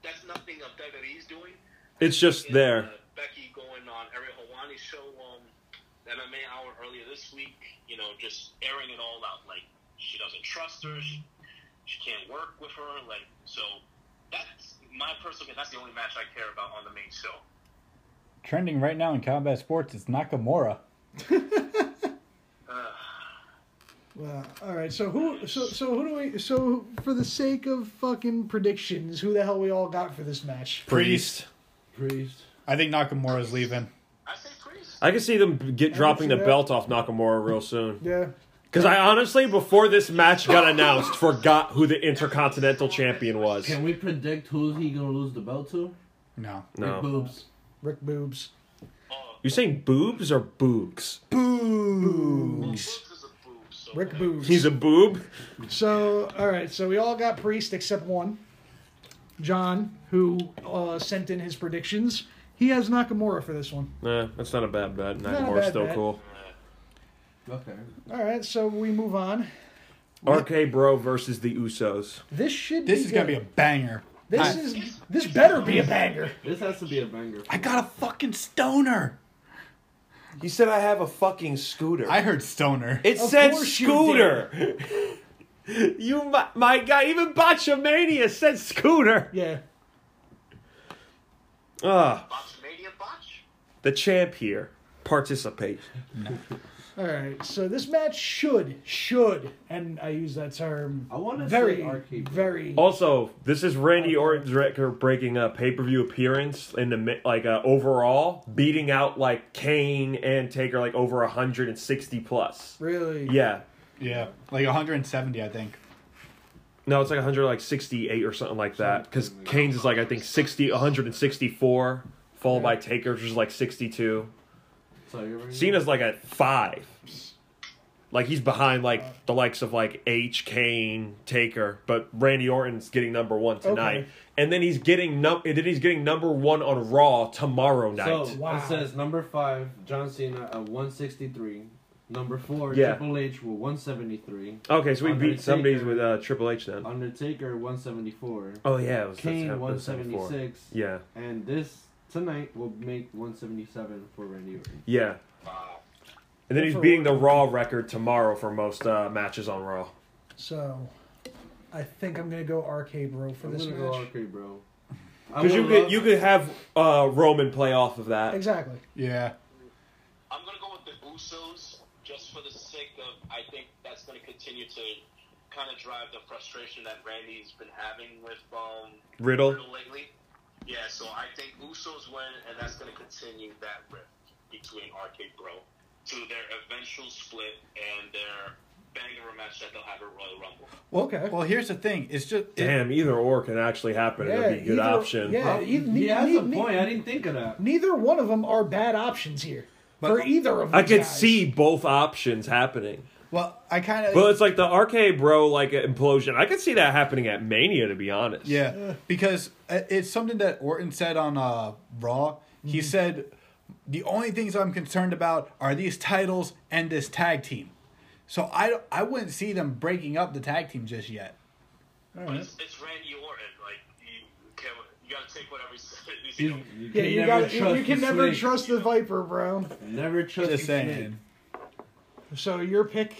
Speaker 5: that's nothing of WWE's doing.
Speaker 1: it's just
Speaker 5: And,
Speaker 1: there.
Speaker 5: Uh, Becky going on Ariel Hawani's show, um, the MMA hour earlier this week. You know, just airing it all out. Like she doesn't trust her. She, she can't work with her. Like so, that's my personal. That's the only match I care about on the main show.
Speaker 3: Trending right now in combat sports is Nakamura.
Speaker 2: Well, all right. So who? So so who do we? So for the sake of fucking predictions, who the hell we all got for this match?
Speaker 1: Priest.
Speaker 4: Priest.
Speaker 3: I think Nakamura's leaving.
Speaker 5: I say Priest.
Speaker 1: I can see them get dropping the belt off Nakamura real soon.
Speaker 2: Yeah.
Speaker 1: Because I honestly, before this match got announced, forgot who the Intercontinental Champion was.
Speaker 4: Can we predict who's he gonna lose the belt to?
Speaker 3: No.
Speaker 4: Rick
Speaker 1: No.
Speaker 4: Boobs.
Speaker 2: Rick Boobs.
Speaker 5: Oh,
Speaker 1: You saying boobs or boogs?
Speaker 2: Boobs.
Speaker 5: Boobs is a boob. So
Speaker 2: Rick Boobs.
Speaker 1: He's a boob.
Speaker 2: So, all right. So we all got Priest except one, John, who uh, sent in his predictions. He has Nakamura for this one.
Speaker 1: Nah, that's not a bad bet.
Speaker 2: a
Speaker 1: Nakamura's
Speaker 2: bad
Speaker 1: still
Speaker 2: bet.
Speaker 1: cool.
Speaker 4: Okay.
Speaker 2: All right. So we move on.
Speaker 1: RK Bro versus the Usos.
Speaker 2: This should.
Speaker 3: This
Speaker 2: be
Speaker 3: is gonna be a
Speaker 2: good.
Speaker 3: banger.
Speaker 2: This
Speaker 3: I-
Speaker 2: is. This better be a banger.
Speaker 4: This has to be a banger.
Speaker 3: I got a fucking stoner.
Speaker 1: He said, "I have a fucking scooter."
Speaker 3: I heard stoner.
Speaker 1: it
Speaker 2: Of
Speaker 1: said
Speaker 2: course you
Speaker 1: scooter. You, my, my guy, even Botchamania said scooter.
Speaker 2: Yeah.
Speaker 1: Ah,
Speaker 5: Botch Mania Botch.
Speaker 1: the champ here. Participate.
Speaker 2: All right, so this match should should, and I use that term.
Speaker 4: I wanna
Speaker 2: very
Speaker 4: say RK.
Speaker 2: very.
Speaker 1: Oh. Also, this is Randy Orton's record breaking a pay per view appearance in the mi- like uh, overall beating out like Kane and Taker like over hundred and sixty plus.
Speaker 2: Really?
Speaker 1: Yeah,
Speaker 3: Yeah, like 170, I think.
Speaker 1: no, it's like hundred like sixty eight or something like that because Kane's is like I think 60, 164, followed by Taker's is like sixty two.
Speaker 4: So you're right.
Speaker 1: Cena's like at five. Like he's behind like the likes of like H, Kane, Taker, but Randy Orton's getting number one tonight,
Speaker 2: Okay.
Speaker 1: and then he's getting num and then he's getting number one on Raw tomorrow night.
Speaker 4: So
Speaker 2: Wow.
Speaker 4: it says number five, John Cena at 163. Number four,
Speaker 1: Yeah.
Speaker 4: Triple H with 173.
Speaker 1: okay, so we beat
Speaker 4: Undertaker-
Speaker 1: somebody's with uh, Triple H then.
Speaker 4: Undertaker 174.
Speaker 1: Oh yeah, it was that's-
Speaker 4: Kane
Speaker 1: that was 74.
Speaker 4: 176.
Speaker 1: Yeah,
Speaker 4: And this tonight will make 177 for Randy Orton.
Speaker 1: yeah,
Speaker 5: Wow.
Speaker 1: and then
Speaker 2: Good
Speaker 1: he's
Speaker 2: for
Speaker 1: beating the Raw record tomorrow for most uh, matches on Raw.
Speaker 2: So, I think I'm gonna go RK Bro for
Speaker 4: I'm
Speaker 2: this
Speaker 4: gonna
Speaker 2: match.
Speaker 4: go okay, bro. I
Speaker 1: Because you
Speaker 4: would
Speaker 1: could
Speaker 4: love-
Speaker 1: you could have uh, Roman play off of that.
Speaker 2: Exactly.
Speaker 3: Yeah.
Speaker 5: I'm gonna go with the Usos just for the sake of I think that's gonna continue to kind of drive the frustration that Randy's been having with um
Speaker 1: Riddle?
Speaker 5: lately. Yeah, so I think Usos win, and that's going to continue that rift between Arcade Bro to their eventual split and their banger match that they'll have at Royal Rumble.
Speaker 2: Okay.
Speaker 3: Well, here's the thing. It's just it-
Speaker 1: Damn, either or can actually happen. and It'd be a good
Speaker 2: either-
Speaker 1: option.
Speaker 2: Yeah,
Speaker 4: Oh,
Speaker 2: either-
Speaker 4: he has
Speaker 2: ne-
Speaker 4: a
Speaker 2: ne-
Speaker 4: point. I didn't think of that.
Speaker 2: Neither one of them are bad options here for either of them.
Speaker 1: I could see both options happening.
Speaker 3: well, I kind
Speaker 1: But
Speaker 3: of
Speaker 1: it's like the arcade bro like implosion. I could see that happening at Mania to be honest.
Speaker 3: yeah because i- it's something that Orton said on uh, Raw.
Speaker 1: Mm-hmm.
Speaker 3: He said the only things I'm concerned about are these titles and this tag team. So I don't- I wouldn't see them breaking up the tag team just yet.
Speaker 5: But it's, it's Randy Orton. Like, you, can, you got to take whatever he says. You
Speaker 4: You,
Speaker 5: know?
Speaker 4: you
Speaker 2: Yeah,
Speaker 4: can
Speaker 2: you
Speaker 4: never
Speaker 2: got. You,
Speaker 4: trust
Speaker 2: you can
Speaker 4: the
Speaker 2: never
Speaker 4: snake.
Speaker 2: trust the Viper, bro.
Speaker 4: Never trust
Speaker 3: Just
Speaker 4: the
Speaker 3: saying.
Speaker 2: So your pick,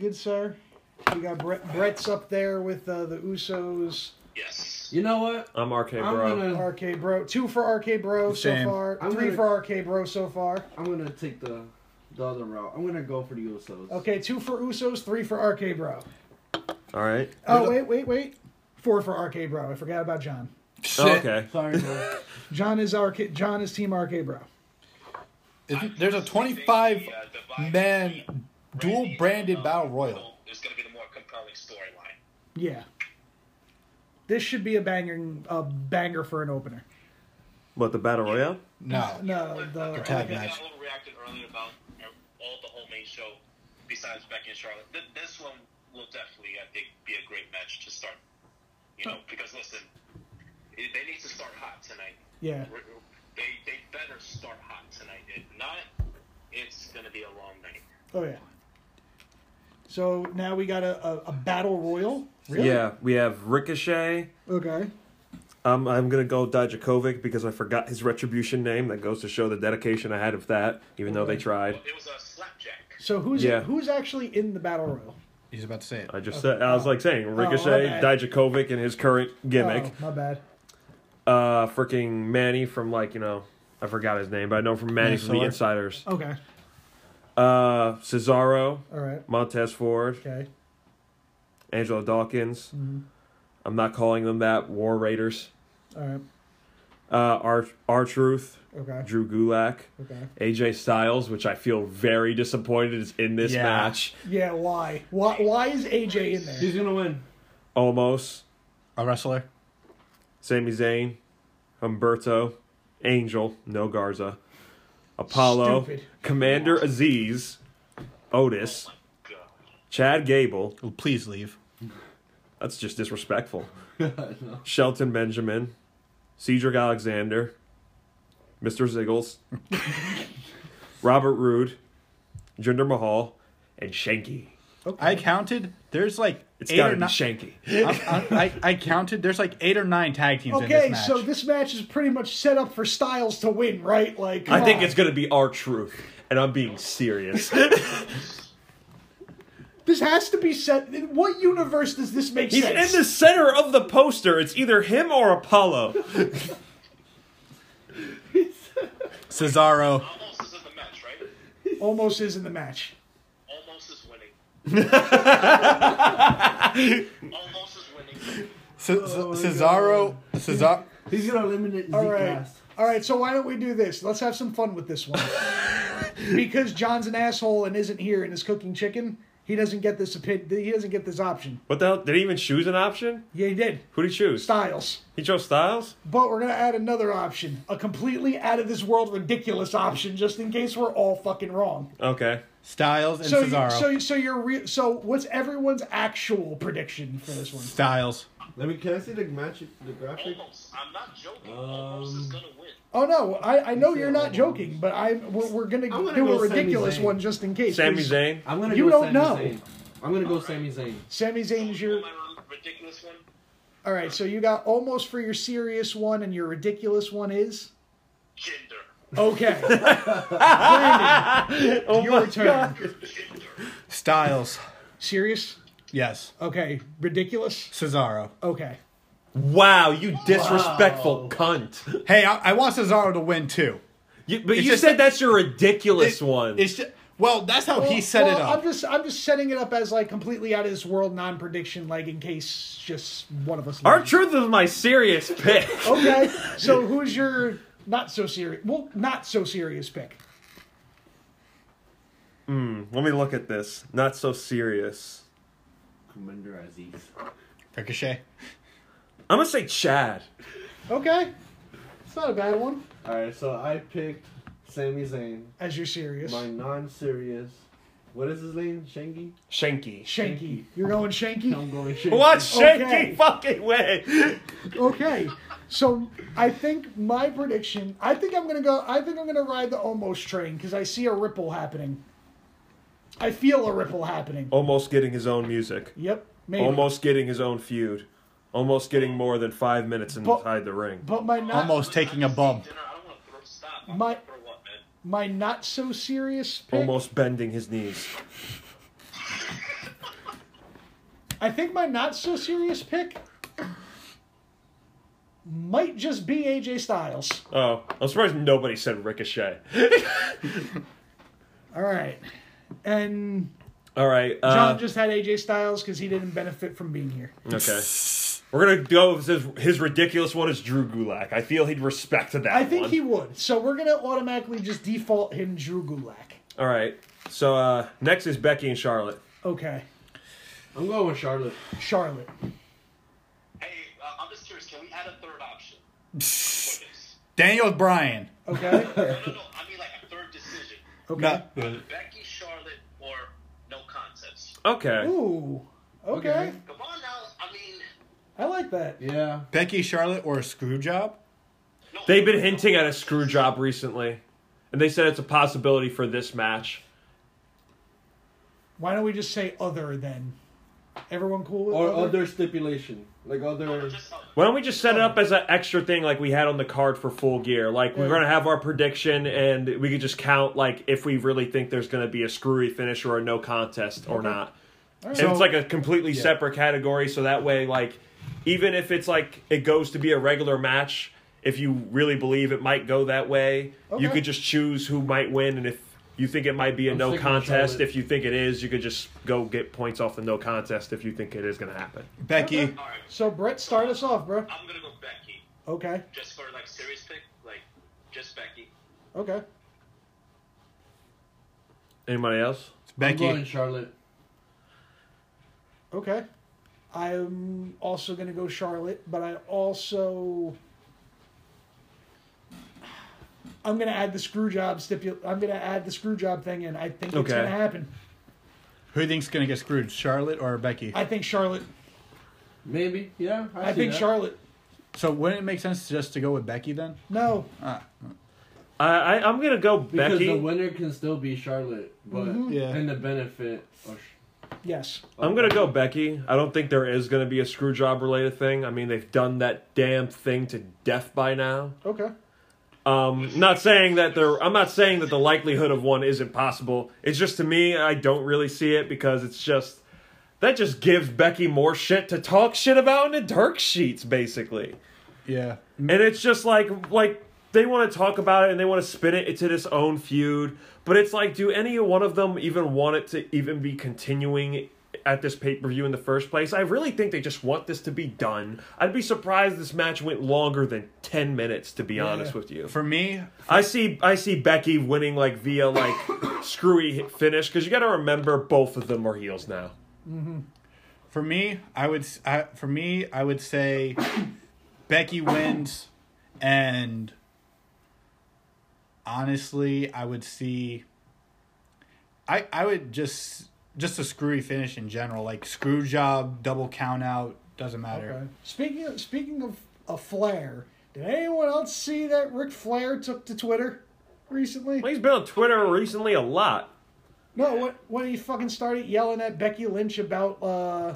Speaker 2: good sir. We got Brett, Brett's up there with uh, the Usos.
Speaker 4: snake.
Speaker 5: Yes.
Speaker 4: You know what?
Speaker 1: I'm arcade
Speaker 4: I'm
Speaker 1: bro.
Speaker 4: gonna
Speaker 2: RK Bro, two for RK Bro so
Speaker 3: Same.
Speaker 2: far.
Speaker 4: I'm
Speaker 2: 3
Speaker 4: gonna-
Speaker 2: for RK Bro so far.
Speaker 4: I'm gonna take the the other route. I'm gonna go for the Usos.
Speaker 2: Okay, two for Usos, three for RK Bro.
Speaker 1: All right.
Speaker 2: Oh wait, wait, wait. Four for RK Bro. I forgot about John.
Speaker 1: Oh, okay.
Speaker 4: Sorry, bro.
Speaker 2: John is RK. John is Team RK Bro.
Speaker 3: It- There's a
Speaker 5: I
Speaker 3: 25
Speaker 5: think the, uh, divide
Speaker 3: man
Speaker 5: between
Speaker 3: dual
Speaker 5: Randy
Speaker 3: branded
Speaker 5: and, uh,
Speaker 3: battle royal.
Speaker 5: Is going to be the more compelling storyline.
Speaker 2: Yeah. This should be a banger, a banger for an opener.
Speaker 1: What the battle royale?
Speaker 3: No,
Speaker 2: No,
Speaker 5: I
Speaker 2: the
Speaker 3: tag
Speaker 5: think
Speaker 3: match.
Speaker 5: I overreacted earlier about all the whole main show besides Becky and Charlotte. Th- this one will definitely, I think, be a great match to start. You know, because listen, i- they need to start hot tonight.
Speaker 2: yeah.
Speaker 5: We're- They they better start hot tonight. If not, it's gonna be a long night.
Speaker 2: Oh yeah. So now we got a, a, a battle royal. Really?
Speaker 1: Yeah, we have Ricochet.
Speaker 2: Okay.
Speaker 1: Um, I'm gonna go Dijakovic because I forgot his retribution name. That goes to show the dedication I had of that, even though they tried.
Speaker 5: Well, it was a slapjack.
Speaker 2: So who's
Speaker 1: Yeah.
Speaker 2: who's actually in the battle royal?
Speaker 3: He's about to say it.
Speaker 1: I just said I was like saying
Speaker 4: Oh,
Speaker 1: Ricochet,
Speaker 2: bad.
Speaker 1: Dijakovic, and his current gimmick.
Speaker 2: Oh, my bad.
Speaker 4: Oh.
Speaker 1: Uh, freaking Manny from like you know I forgot his name, but I know from Manny from the
Speaker 3: Mansoor.
Speaker 1: Insiders.
Speaker 2: Okay.
Speaker 4: Oh.
Speaker 1: Uh, Cesaro,
Speaker 2: All right.
Speaker 1: Montez Ford,
Speaker 2: Okay.
Speaker 1: Angelo Dawkins.
Speaker 2: Mm-hmm.
Speaker 1: I'm not calling them that. War Raiders.
Speaker 2: All right.
Speaker 1: Uh, R R Truth,
Speaker 2: Okay.
Speaker 1: Drew Gulak,
Speaker 2: Okay.
Speaker 1: AJ Styles, which I feel very disappointed is in this
Speaker 3: Yeah.
Speaker 1: match.
Speaker 2: Yeah. Why? Why? Why is AJ in there?
Speaker 4: He's gonna win.
Speaker 1: Almost.
Speaker 3: A wrestler.
Speaker 1: Sami Zayn, Humberto, Angel, no Garza, Apollo,
Speaker 2: Stupid.
Speaker 1: Commander Aziz, Otis,
Speaker 5: God.
Speaker 1: Chad Gable.
Speaker 3: Well, Oh, please leave.
Speaker 1: That's just disrespectful. Shelton Benjamin, Cedric Alexander, Mr. Ziggles, Robert Roode, Jinder Mahal, and Shanky.
Speaker 3: I counted. There's like
Speaker 1: It's
Speaker 3: eight
Speaker 1: got
Speaker 3: or
Speaker 1: to be
Speaker 3: nine.
Speaker 1: Shanky.
Speaker 3: I, I, I counted. There's like eight or nine tag teams in this
Speaker 2: Okay.
Speaker 3: match.
Speaker 2: So this match is pretty much set up for Styles to win, right? Like.
Speaker 1: I
Speaker 2: come
Speaker 1: think
Speaker 2: on.
Speaker 1: it's going to be our truth, and I'm being serious.
Speaker 2: This has to be set. In what universe does this make
Speaker 1: He's
Speaker 2: sense?
Speaker 1: in the center of the poster. It's either him or Apollo.
Speaker 3: Cesaro.
Speaker 5: Almost is in the match, right?
Speaker 2: Almost is in the match.
Speaker 5: Almost is winning. Almost is winning.
Speaker 3: Ce- Ce- Cesaro. Cesaro.
Speaker 4: He's gonna eliminate Zeke
Speaker 2: All right.
Speaker 4: last.
Speaker 2: All right. So why don't we do this? Let's have some fun with this one. because John's an asshole and isn't here and is cooking chicken, he doesn't get this opinion. He doesn't get this option.
Speaker 1: What the hell? Did he even choose an option?
Speaker 2: Yeah, he did.
Speaker 1: Who did he choose?
Speaker 2: Styles.
Speaker 1: He chose Styles?
Speaker 2: But we're gonna add another option, a completely out of this world ridiculous option, just in case we're all fucking wrong.
Speaker 1: Okay.
Speaker 3: Styles and
Speaker 2: So, you,
Speaker 3: Cesaro.
Speaker 2: so, so you're re- so what's everyone's actual prediction for this one?
Speaker 3: Styles.
Speaker 4: Let me. Can I see the match? The graphic.
Speaker 5: Almost. I'm not joking. Almost is gonna win.
Speaker 2: Oh no, I, I know you're not joking, but I we're, we're gonna,
Speaker 4: I'm gonna
Speaker 2: do
Speaker 4: go
Speaker 2: a ridiculous
Speaker 4: Sami Zayn.
Speaker 2: one just in case.
Speaker 1: Sami
Speaker 2: 'cause
Speaker 1: Zayn?
Speaker 4: I'm gonna.
Speaker 2: You
Speaker 4: go
Speaker 2: don't
Speaker 4: Sami
Speaker 2: know.
Speaker 4: Zayn. I'm gonna go Sami Zayn.
Speaker 2: Sami Zayn is your
Speaker 5: Am I a ridiculous one?
Speaker 2: all right. So you got almost for your serious one, and your ridiculous one is
Speaker 5: Gender.
Speaker 2: okay. Brandon, your turn.
Speaker 5: Gender.
Speaker 3: Styles.
Speaker 2: Serious?
Speaker 3: Yes.
Speaker 2: Okay. Ridiculous?
Speaker 3: Cesaro.
Speaker 2: Okay.
Speaker 1: Wow, you disrespectful cunt.
Speaker 3: Hey, I, I want Cesaro to win too.
Speaker 1: You, but
Speaker 3: It's
Speaker 1: you
Speaker 3: just
Speaker 1: said
Speaker 3: like-
Speaker 1: that's your ridiculous
Speaker 3: It-
Speaker 1: one.
Speaker 3: It's just, Well, that's how he
Speaker 2: Well,
Speaker 3: set
Speaker 2: well,
Speaker 3: it up.
Speaker 2: I'm just I'm just setting it up as like completely out of this world non prediction, like in case just one of us.
Speaker 1: Our
Speaker 2: leaves.
Speaker 1: truth is my serious pick.
Speaker 2: Okay, so who's your not so serious? Well, not so serious pick.
Speaker 1: Let me look at this. Not so serious.
Speaker 4: Commander Aziz.
Speaker 3: Ricochet.
Speaker 1: I'm gonna say Chad.
Speaker 2: Okay, it's not a bad one.
Speaker 4: Alright, so I picked Sami Zayn,
Speaker 2: As you're serious,
Speaker 4: my non serious. What is his name? Shengi?
Speaker 1: Shanky.
Speaker 2: Shanky. You're going Shanky.
Speaker 4: I'm going Shengi.
Speaker 1: What Shanky
Speaker 2: Okay.
Speaker 1: fucking way?
Speaker 2: Okay, so I think my prediction. I think I'm gonna go. I think I'm gonna ride the almost train because I see a ripple happening. I feel a ripple happening.
Speaker 1: Almost getting his own music.
Speaker 2: Yep. Maybe.
Speaker 1: Oh. Almost getting his own feud. Almost getting more than five minutes inside the ring.
Speaker 2: But my not
Speaker 3: Almost Oh, taking a bump.
Speaker 5: Dinner, I don't want to throw stop. I'm
Speaker 2: My-
Speaker 5: gonna throw up, man.
Speaker 2: my not so serious pick.
Speaker 1: Almost bending his knees.
Speaker 2: I think my not so serious pick might just be AJ Styles.
Speaker 1: Oh, I'm surprised nobody said Ricochet.
Speaker 2: All right. And
Speaker 1: All right. Uh,
Speaker 2: John just had AJ Styles because he didn't benefit from being here.
Speaker 1: Okay. We're gonna go with his, his ridiculous one is Drew Gulak. I feel he'd respect that.
Speaker 2: I think
Speaker 1: one.
Speaker 2: he would. So we're going to automatically just default him Drew Gulak.
Speaker 1: All right. So uh, next is Becky and Charlotte.
Speaker 2: Okay.
Speaker 4: I'm going with Charlotte.
Speaker 2: Charlotte.
Speaker 5: Hey, uh, I'm just curious. Can we add a third option? for this?
Speaker 3: Daniel Bryan.
Speaker 2: Okay.
Speaker 5: No, no, no. I mean like a third decision.
Speaker 2: Okay.
Speaker 3: Not-
Speaker 5: Becky, Charlotte, or no concepts.
Speaker 1: Okay.
Speaker 2: Ooh. Okay.
Speaker 4: Okay.
Speaker 5: Come on now. I mean,
Speaker 2: I like that.
Speaker 4: Yeah.
Speaker 3: Becky, Charlotte, or a screw job?
Speaker 5: no,
Speaker 1: They've been hinting at a screw job recently, and they said it's a possibility for this match.
Speaker 2: Why don't we just say other then? Everyone cool with
Speaker 4: Or
Speaker 2: other?
Speaker 4: other stipulation. Like other.
Speaker 5: Just, uh,
Speaker 1: Why don't we just set it up as an extra thing like we had on the card for full gear? Like we're
Speaker 2: Yeah.
Speaker 1: gonna have our prediction, and we could just count like if we really think there's gonna be a screwy finish or a no contest or not. And
Speaker 2: So-
Speaker 1: it's like a completely separate category, so that way, like, even if it's like it goes to be a regular match, if you really believe it might go that way, you
Speaker 2: Okay.
Speaker 1: could just choose who might win, and if you think it might be a no
Speaker 4: sticking with
Speaker 1: contest,
Speaker 4: Charlotte.
Speaker 1: if you think it is, you could just go get points off the no contest if you think it is going to happen.
Speaker 3: Becky.
Speaker 5: all right.
Speaker 2: So Brett, start us off, bro.
Speaker 5: I'm gonna go Becky,
Speaker 2: Okay.
Speaker 5: just for like serious pick, like just Becky.
Speaker 2: Okay.
Speaker 1: Anybody else?
Speaker 4: I'm going
Speaker 3: Becky.
Speaker 4: Charlotte.
Speaker 2: Okay. I'm also going to go Charlotte, but I also I'm going to add the screw job stipul- I'm going to add the screw job thing in. I think it's
Speaker 1: Okay.
Speaker 2: going to happen.
Speaker 3: Who do you think's gonna get screwed? Charlotte or Becky?
Speaker 2: I think Charlotte.
Speaker 4: Maybe. Yeah.
Speaker 2: I,
Speaker 4: see
Speaker 2: think
Speaker 4: that.
Speaker 2: Charlotte.
Speaker 3: So wouldn't it make sense just to go with Becky then?
Speaker 2: No.
Speaker 1: I, I I'm going to go
Speaker 4: Because
Speaker 1: Becky.
Speaker 4: the winner can still be Charlotte, but
Speaker 2: Mm-hmm.
Speaker 3: Yeah.
Speaker 4: and the benefit. Of,
Speaker 2: Yes.
Speaker 1: I'm gonna go Becky. I don't think there is gonna be a screw job related thing. I mean, they've done that damn thing to death by now.
Speaker 2: Okay.
Speaker 1: Um, not saying that there. I'm not saying that the likelihood of one isn't possible. It's just to me, I don't really see it because it's just that just gives Becky more shit to talk shit about in the Dirk sheets, basically.
Speaker 3: Yeah.
Speaker 1: And it's just like like they want to talk about it and they want to spin it into this own feud, but it's like, do any one of them even want it to even be continuing at this pay per view in the first place? I really think they just want this to be done. I'd be surprised this match went longer than ten minutes, to be honest with you.
Speaker 3: For me,
Speaker 1: I see I see Becky winning like via like screwy finish because you got to remember both of them are heels now.
Speaker 3: for me, I would s- I, for me, I would say Becky wins and honestly, I would see I I would just just a screwy finish in general, like screw job, double count out, doesn't matter.
Speaker 2: Okay. Speaking of, speaking of a flare, did anyone else see that Ric Flair took to Twitter recently?
Speaker 1: Well, he's been on Twitter recently a lot
Speaker 2: No, when, when he fucking started yelling at Becky Lynch about uh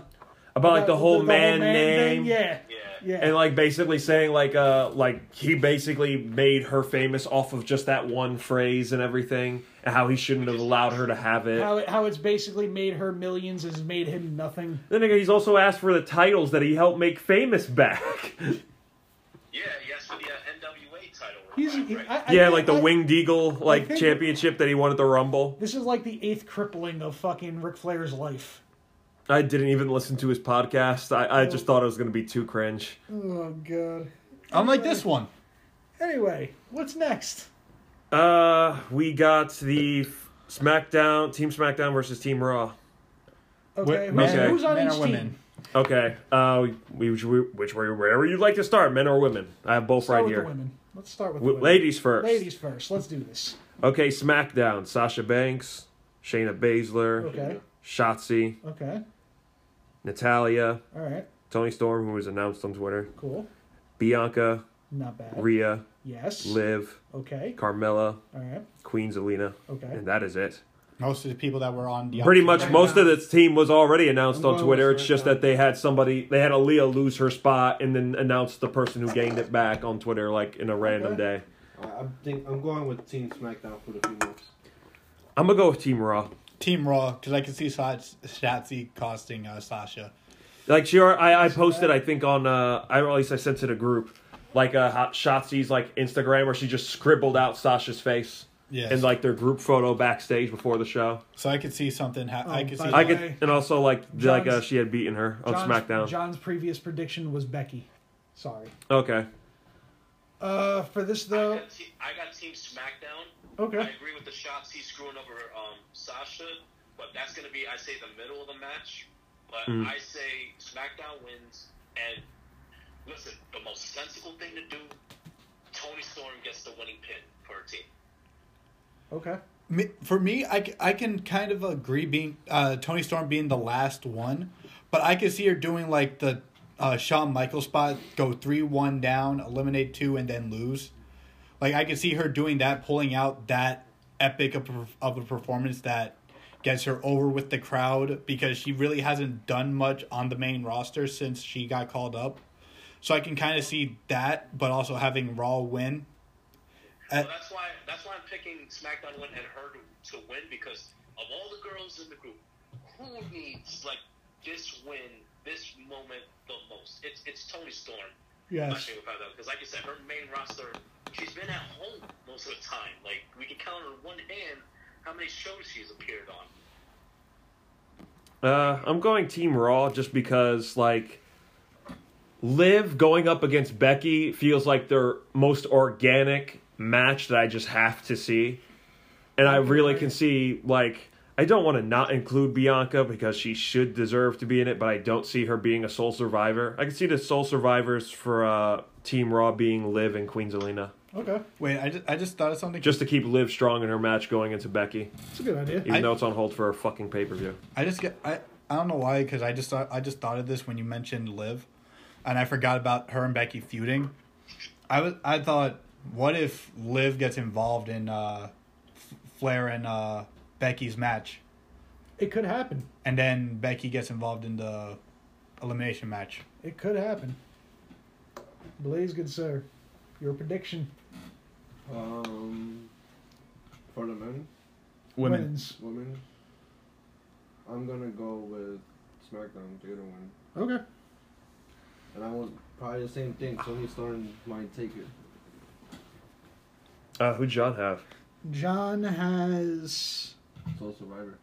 Speaker 1: about like the
Speaker 2: about
Speaker 1: whole man,
Speaker 2: thing.
Speaker 1: name.
Speaker 2: Yeah.
Speaker 5: Yeah.
Speaker 2: Yeah.
Speaker 1: and like basically saying like uh like he basically made her famous off of just that one phrase and everything and how he shouldn't have allowed her to have it
Speaker 2: how, it, how it's basically made her millions has made him nothing.
Speaker 1: then again he's also asked for the titles that he helped make famous back
Speaker 5: Yeah. Yes, for the uh, NWA title
Speaker 2: He's he, I, I
Speaker 1: Yeah,
Speaker 2: think
Speaker 1: like the
Speaker 2: that-
Speaker 1: winged eagle like
Speaker 2: think-
Speaker 1: championship that he won at the Rumble.
Speaker 2: This is like the eighth crippling of fucking Ric Flair's life.
Speaker 1: I didn't even listen to his podcast. I, I just thought it was gonna be too cringe.
Speaker 2: Oh god.
Speaker 3: Unlike this one.
Speaker 2: Anyway, what's next?
Speaker 1: Uh, we got the f- SmackDown Team SmackDown versus Team Raw.
Speaker 2: Okay,
Speaker 3: Wh-
Speaker 2: who's,
Speaker 1: men-
Speaker 2: who's on
Speaker 3: men
Speaker 2: each
Speaker 3: or women?
Speaker 2: team?
Speaker 1: Okay. Uh, we, which we, which way, wherever you'd like to start, men or women? I have both right
Speaker 2: Start with the
Speaker 1: here.
Speaker 2: women. Let's start with the
Speaker 1: W-
Speaker 2: women.
Speaker 1: ladies first.
Speaker 2: Ladies first. Let's do this.
Speaker 1: Okay, SmackDown. Sasha Banks, Shayna Baszler,
Speaker 2: Okay.
Speaker 1: Shotzi,
Speaker 2: Okay.
Speaker 1: Natalia,
Speaker 2: All right.
Speaker 1: Tony Storm, who was announced on Twitter,
Speaker 2: Cool.
Speaker 1: Bianca,
Speaker 2: Not bad.
Speaker 1: Rhea,
Speaker 2: yes.
Speaker 1: Liv,
Speaker 2: Okay.
Speaker 1: Carmella,
Speaker 2: All right.
Speaker 1: Queen Zelina,
Speaker 2: Okay.
Speaker 1: and that is it.
Speaker 3: Most of the people that were on the
Speaker 1: Pretty much most of the team was already announced
Speaker 4: I'm
Speaker 1: on
Speaker 4: going
Speaker 1: Twitter.
Speaker 4: with
Speaker 1: It's just
Speaker 4: SmackDown.
Speaker 1: that they had somebody, they had Aaliyah lose her spot and then announced the person who gained it back on Twitter like in a random
Speaker 2: Okay.
Speaker 1: day.
Speaker 4: I, I think I'm going with Team SmackDown for the females.
Speaker 1: I'm gonna go with Team Raw.
Speaker 3: Team Raw because I can see Sa- Shotzi costing uh, Sasha.
Speaker 1: Like she, al- I, I posted, I think on, uh, I or at least I sent to the group, like uh, Hot Shotzi's like Instagram where she just scribbled out Sasha's face
Speaker 3: Yes.
Speaker 1: in like their group photo backstage before the show.
Speaker 3: so I could see something. Ha- I
Speaker 2: Oh,
Speaker 3: could
Speaker 2: by
Speaker 3: see.
Speaker 2: the
Speaker 1: I
Speaker 2: way,
Speaker 1: could, and also like the- like uh,
Speaker 2: John's-
Speaker 1: she had beaten her on
Speaker 2: John's,
Speaker 1: SmackDown.
Speaker 2: John's previous prediction was Becky. Sorry.
Speaker 1: Okay,
Speaker 2: Uh, for this
Speaker 5: I
Speaker 2: though.
Speaker 5: got, te- I got Team SmackDown. I
Speaker 2: Okay.
Speaker 5: agree with the shots he's screwing over um, Sasha, but that's going to be, I say, the middle of the match. But I say SmackDown wins. And listen, the most sensible thing to do, Tony Storm gets the winning pin for her team.
Speaker 2: Okay.
Speaker 3: Me- for me, I, c- I can kind of agree being uh, Tony Storm being the last one, but I could see her doing like the uh, Shawn Michaels spot, go three one down, eliminate two, and then lose. Like I could see her doing that, pulling out that epic of, per- of a performance that gets her over with the crowd because she really hasn't done much on the main roster since she got called up. So I can kind of see that, but also having Raw win. Uh,
Speaker 5: So that's why that's why I'm picking SmackDown win and her to, to win because of all the girls in the group, who needs like this win, this moment the most? It's it's Tony Storm.
Speaker 2: Yes.
Speaker 5: Because like I said, her main roster, she's been at home most of the time. Like we can count on one hand how many shows she's appeared on.
Speaker 1: uh, I'm going Team Raw just because like Liv going up against Becky feels like their most organic match that I just have to see, and I really can see like. I don't want to not include Bianca because she should deserve to be in it, but I don't see her being a sole survivor. I can see the sole survivors for uh, Team Raw being Liv and Queen Zelina,
Speaker 2: Okay.
Speaker 3: wait, I just, I just thought of something.
Speaker 1: just to keep Liv strong in her match going into Becky.
Speaker 2: That's a good idea.
Speaker 1: even
Speaker 3: I-
Speaker 1: though it's on hold for a fucking pay per view.
Speaker 3: I just get I I don't know why because I just thought I just thought of this when you mentioned Liv, and I forgot about her and Becky feuding. I was I thought, what if Liv gets involved in uh, F- Flair and uh, Becky's match,
Speaker 2: It could happen.
Speaker 3: and then Becky gets involved in the elimination match?
Speaker 2: It could happen. Blaze, good sir. Your prediction.
Speaker 4: Um, for the men,
Speaker 2: Women's.
Speaker 4: women, I'm gonna go with SmackDown. They're gonna win,
Speaker 2: Okay.
Speaker 4: and I want probably the same thing. Tony Storm might take it.
Speaker 1: Uh, who John have?
Speaker 2: John has
Speaker 4: Sole Survivor.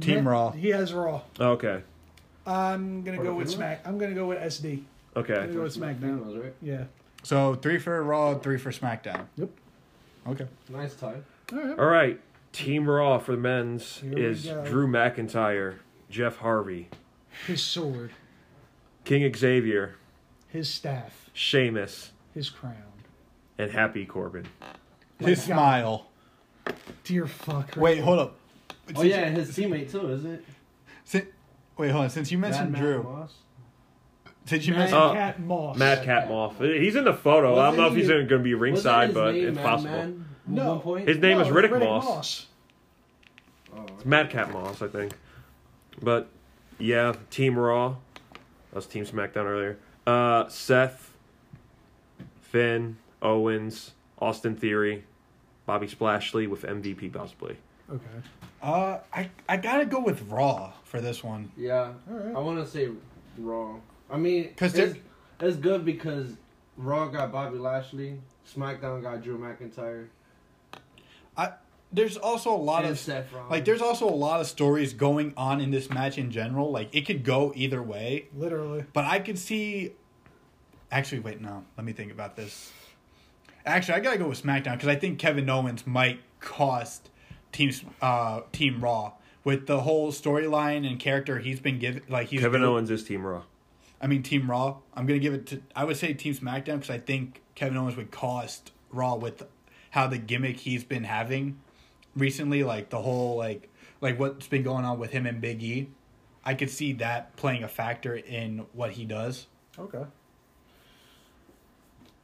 Speaker 3: Team Raw.
Speaker 2: He has Raw.
Speaker 1: Okay,
Speaker 2: I'm gonna
Speaker 4: For
Speaker 2: go
Speaker 4: the
Speaker 2: with
Speaker 4: female?
Speaker 2: Smack. I'm gonna go with SD.
Speaker 1: okay.
Speaker 2: Go with
Speaker 4: Versus the
Speaker 2: SmackDown.
Speaker 4: females, right?
Speaker 2: Yeah.
Speaker 3: So three for Raw, three for SmackDown.
Speaker 2: Yep.
Speaker 3: Okay.
Speaker 4: Nice tie.
Speaker 2: All right.
Speaker 1: All right. Team Raw for the men's
Speaker 2: Here we
Speaker 1: is
Speaker 2: go.
Speaker 1: Drew McIntyre, Jeff Harvey,
Speaker 2: His sword,
Speaker 1: King Xavier,
Speaker 2: his staff,
Speaker 1: Sheamus,
Speaker 2: his crown.
Speaker 1: and Happy Corbin.
Speaker 3: His smile.
Speaker 2: Dear fuck.
Speaker 3: Wait, hold up.
Speaker 4: Oh yeah, his teammate too, is it?
Speaker 3: Sin- wait, hold on. Since you mentioned
Speaker 4: Mad Matt
Speaker 3: Drew,
Speaker 4: Moss?
Speaker 3: did you
Speaker 2: Mad
Speaker 3: mention?
Speaker 1: Oh.
Speaker 2: Cat Moss.
Speaker 1: Matt Catmoff. He's in the photo. I don't
Speaker 4: Wasn't
Speaker 1: know if he's
Speaker 4: he-
Speaker 1: going to be ringside, but
Speaker 4: Wasn't his name
Speaker 1: it's
Speaker 4: Mad
Speaker 1: possible.
Speaker 4: Man at
Speaker 2: No.
Speaker 4: one point?
Speaker 1: His name
Speaker 2: No,
Speaker 1: is
Speaker 2: it's
Speaker 1: Riddick, Moss.
Speaker 4: Oh,
Speaker 1: It's Matt Catmoss, I think. But yeah, Team Raw. That was Team SmackDown earlier. Uh, Seth, Finn, Owens, Austin Theory, Bobby Splashley with MVP possibly.
Speaker 2: Okay.
Speaker 3: Uh, I I gotta go with Raw for this one.
Speaker 4: yeah,
Speaker 2: All right.
Speaker 4: I want to say Raw. I mean,
Speaker 3: 'Cause
Speaker 4: it's, it's good because Raw got Bobby Lashley. SmackDown got Drew McIntyre.
Speaker 3: I there's also a lot
Speaker 4: And
Speaker 3: of
Speaker 4: Seth Rollins.
Speaker 3: like there's also a lot of stories going on in this match in general. Like it could go either way,
Speaker 2: Literally.
Speaker 3: but I could see. Actually, wait, no. Let me think about this. Actually, I gotta go with SmackDown because I think Kevin Owens might cost Team S- uh, Team Raw with the whole storyline and character he's been given. Like he's
Speaker 1: Kevin
Speaker 3: doing-
Speaker 1: Owens is Team Raw.
Speaker 3: I mean, Team Raw. I'm gonna give it to. I would say Team SmackDown because I think Kevin Owens would cost Raw with how the gimmick he's been having recently, like the whole like like what's been going on with him and Big E. I could see that playing a factor in what he does.
Speaker 2: Okay.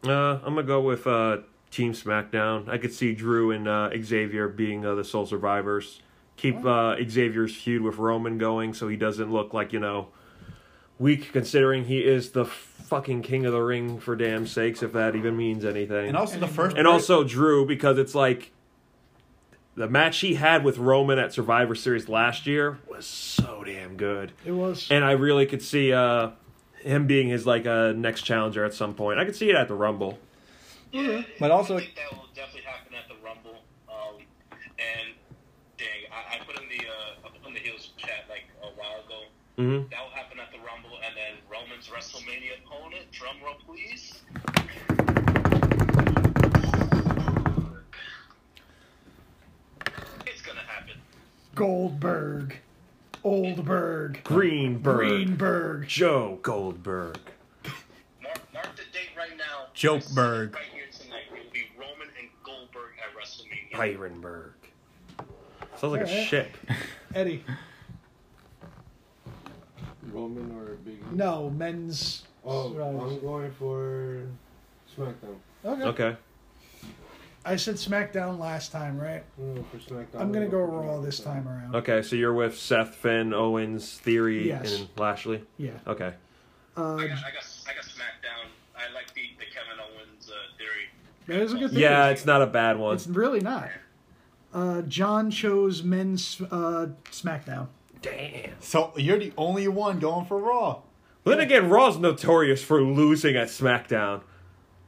Speaker 1: Uh, I'm gonna go with uh, Team SmackDown. I could see Drew and uh, Xavier being uh, the sole survivors. Keep
Speaker 3: Oh.
Speaker 1: uh, Xavier's feud with Roman going, so he doesn't look like you know weak, considering he is the fucking king of the ring for damn sakes, if that even means anything.
Speaker 3: And also the first
Speaker 1: and also Drew because it's like the match he had with Roman at Survivor Series last year was so damn good,
Speaker 2: It was.
Speaker 1: and I really could see uh, him being his like uh, next challenger at some point. I could see it at the Rumble.
Speaker 5: Yeah,
Speaker 3: But also-
Speaker 5: Mm-hmm. I think that will definitely happen at the Rumble. Um, and dang, I, I put in the uh, I put in the heels chat like a while ago.
Speaker 3: Mm-hmm.
Speaker 1: Mhm.
Speaker 5: That will happen at the Rumble, and then Roman's WrestleMania opponent. Drum roll, please. It's gonna happen.
Speaker 2: Goldberg. Oldberg.
Speaker 1: Greenberg.
Speaker 2: Greenberg.
Speaker 1: Joe Goldberg.
Speaker 5: Mark, mark the date right now.
Speaker 3: Jokeberg.
Speaker 5: Right here tonight, it will be Roman and Goldberg at WrestleMania.
Speaker 1: Ironberg. Sounds like a
Speaker 2: Alright.
Speaker 1: ship.
Speaker 2: Eddie.
Speaker 4: Roman or Big E.
Speaker 2: No, men's.
Speaker 4: Oh, I'm
Speaker 2: Right.
Speaker 4: going for SmackDown.
Speaker 2: Okay.
Speaker 1: Okay.
Speaker 2: I said SmackDown last time, right?
Speaker 4: I'm going for SmackDown. E
Speaker 2: I'm gonna go
Speaker 4: for
Speaker 2: Raw this
Speaker 4: SmackDown.
Speaker 2: time around.
Speaker 1: Okay, so you're with Seth, Finn, Owens, Theory,
Speaker 2: Yes.
Speaker 1: and Lashley?
Speaker 2: Yeah.
Speaker 1: Okay.
Speaker 2: Uh,
Speaker 5: I got, I got, I got SmackDown. I like the, the Kevin Owens uh, theory.
Speaker 2: that is a good thing.
Speaker 1: Yeah, it's not a bad one.
Speaker 2: It's really not. Uh, John chose men's uh, SmackDown.
Speaker 1: Damn.
Speaker 3: so you're the only one going for Raw.
Speaker 1: But then again, Raw's notorious for losing at SmackDown.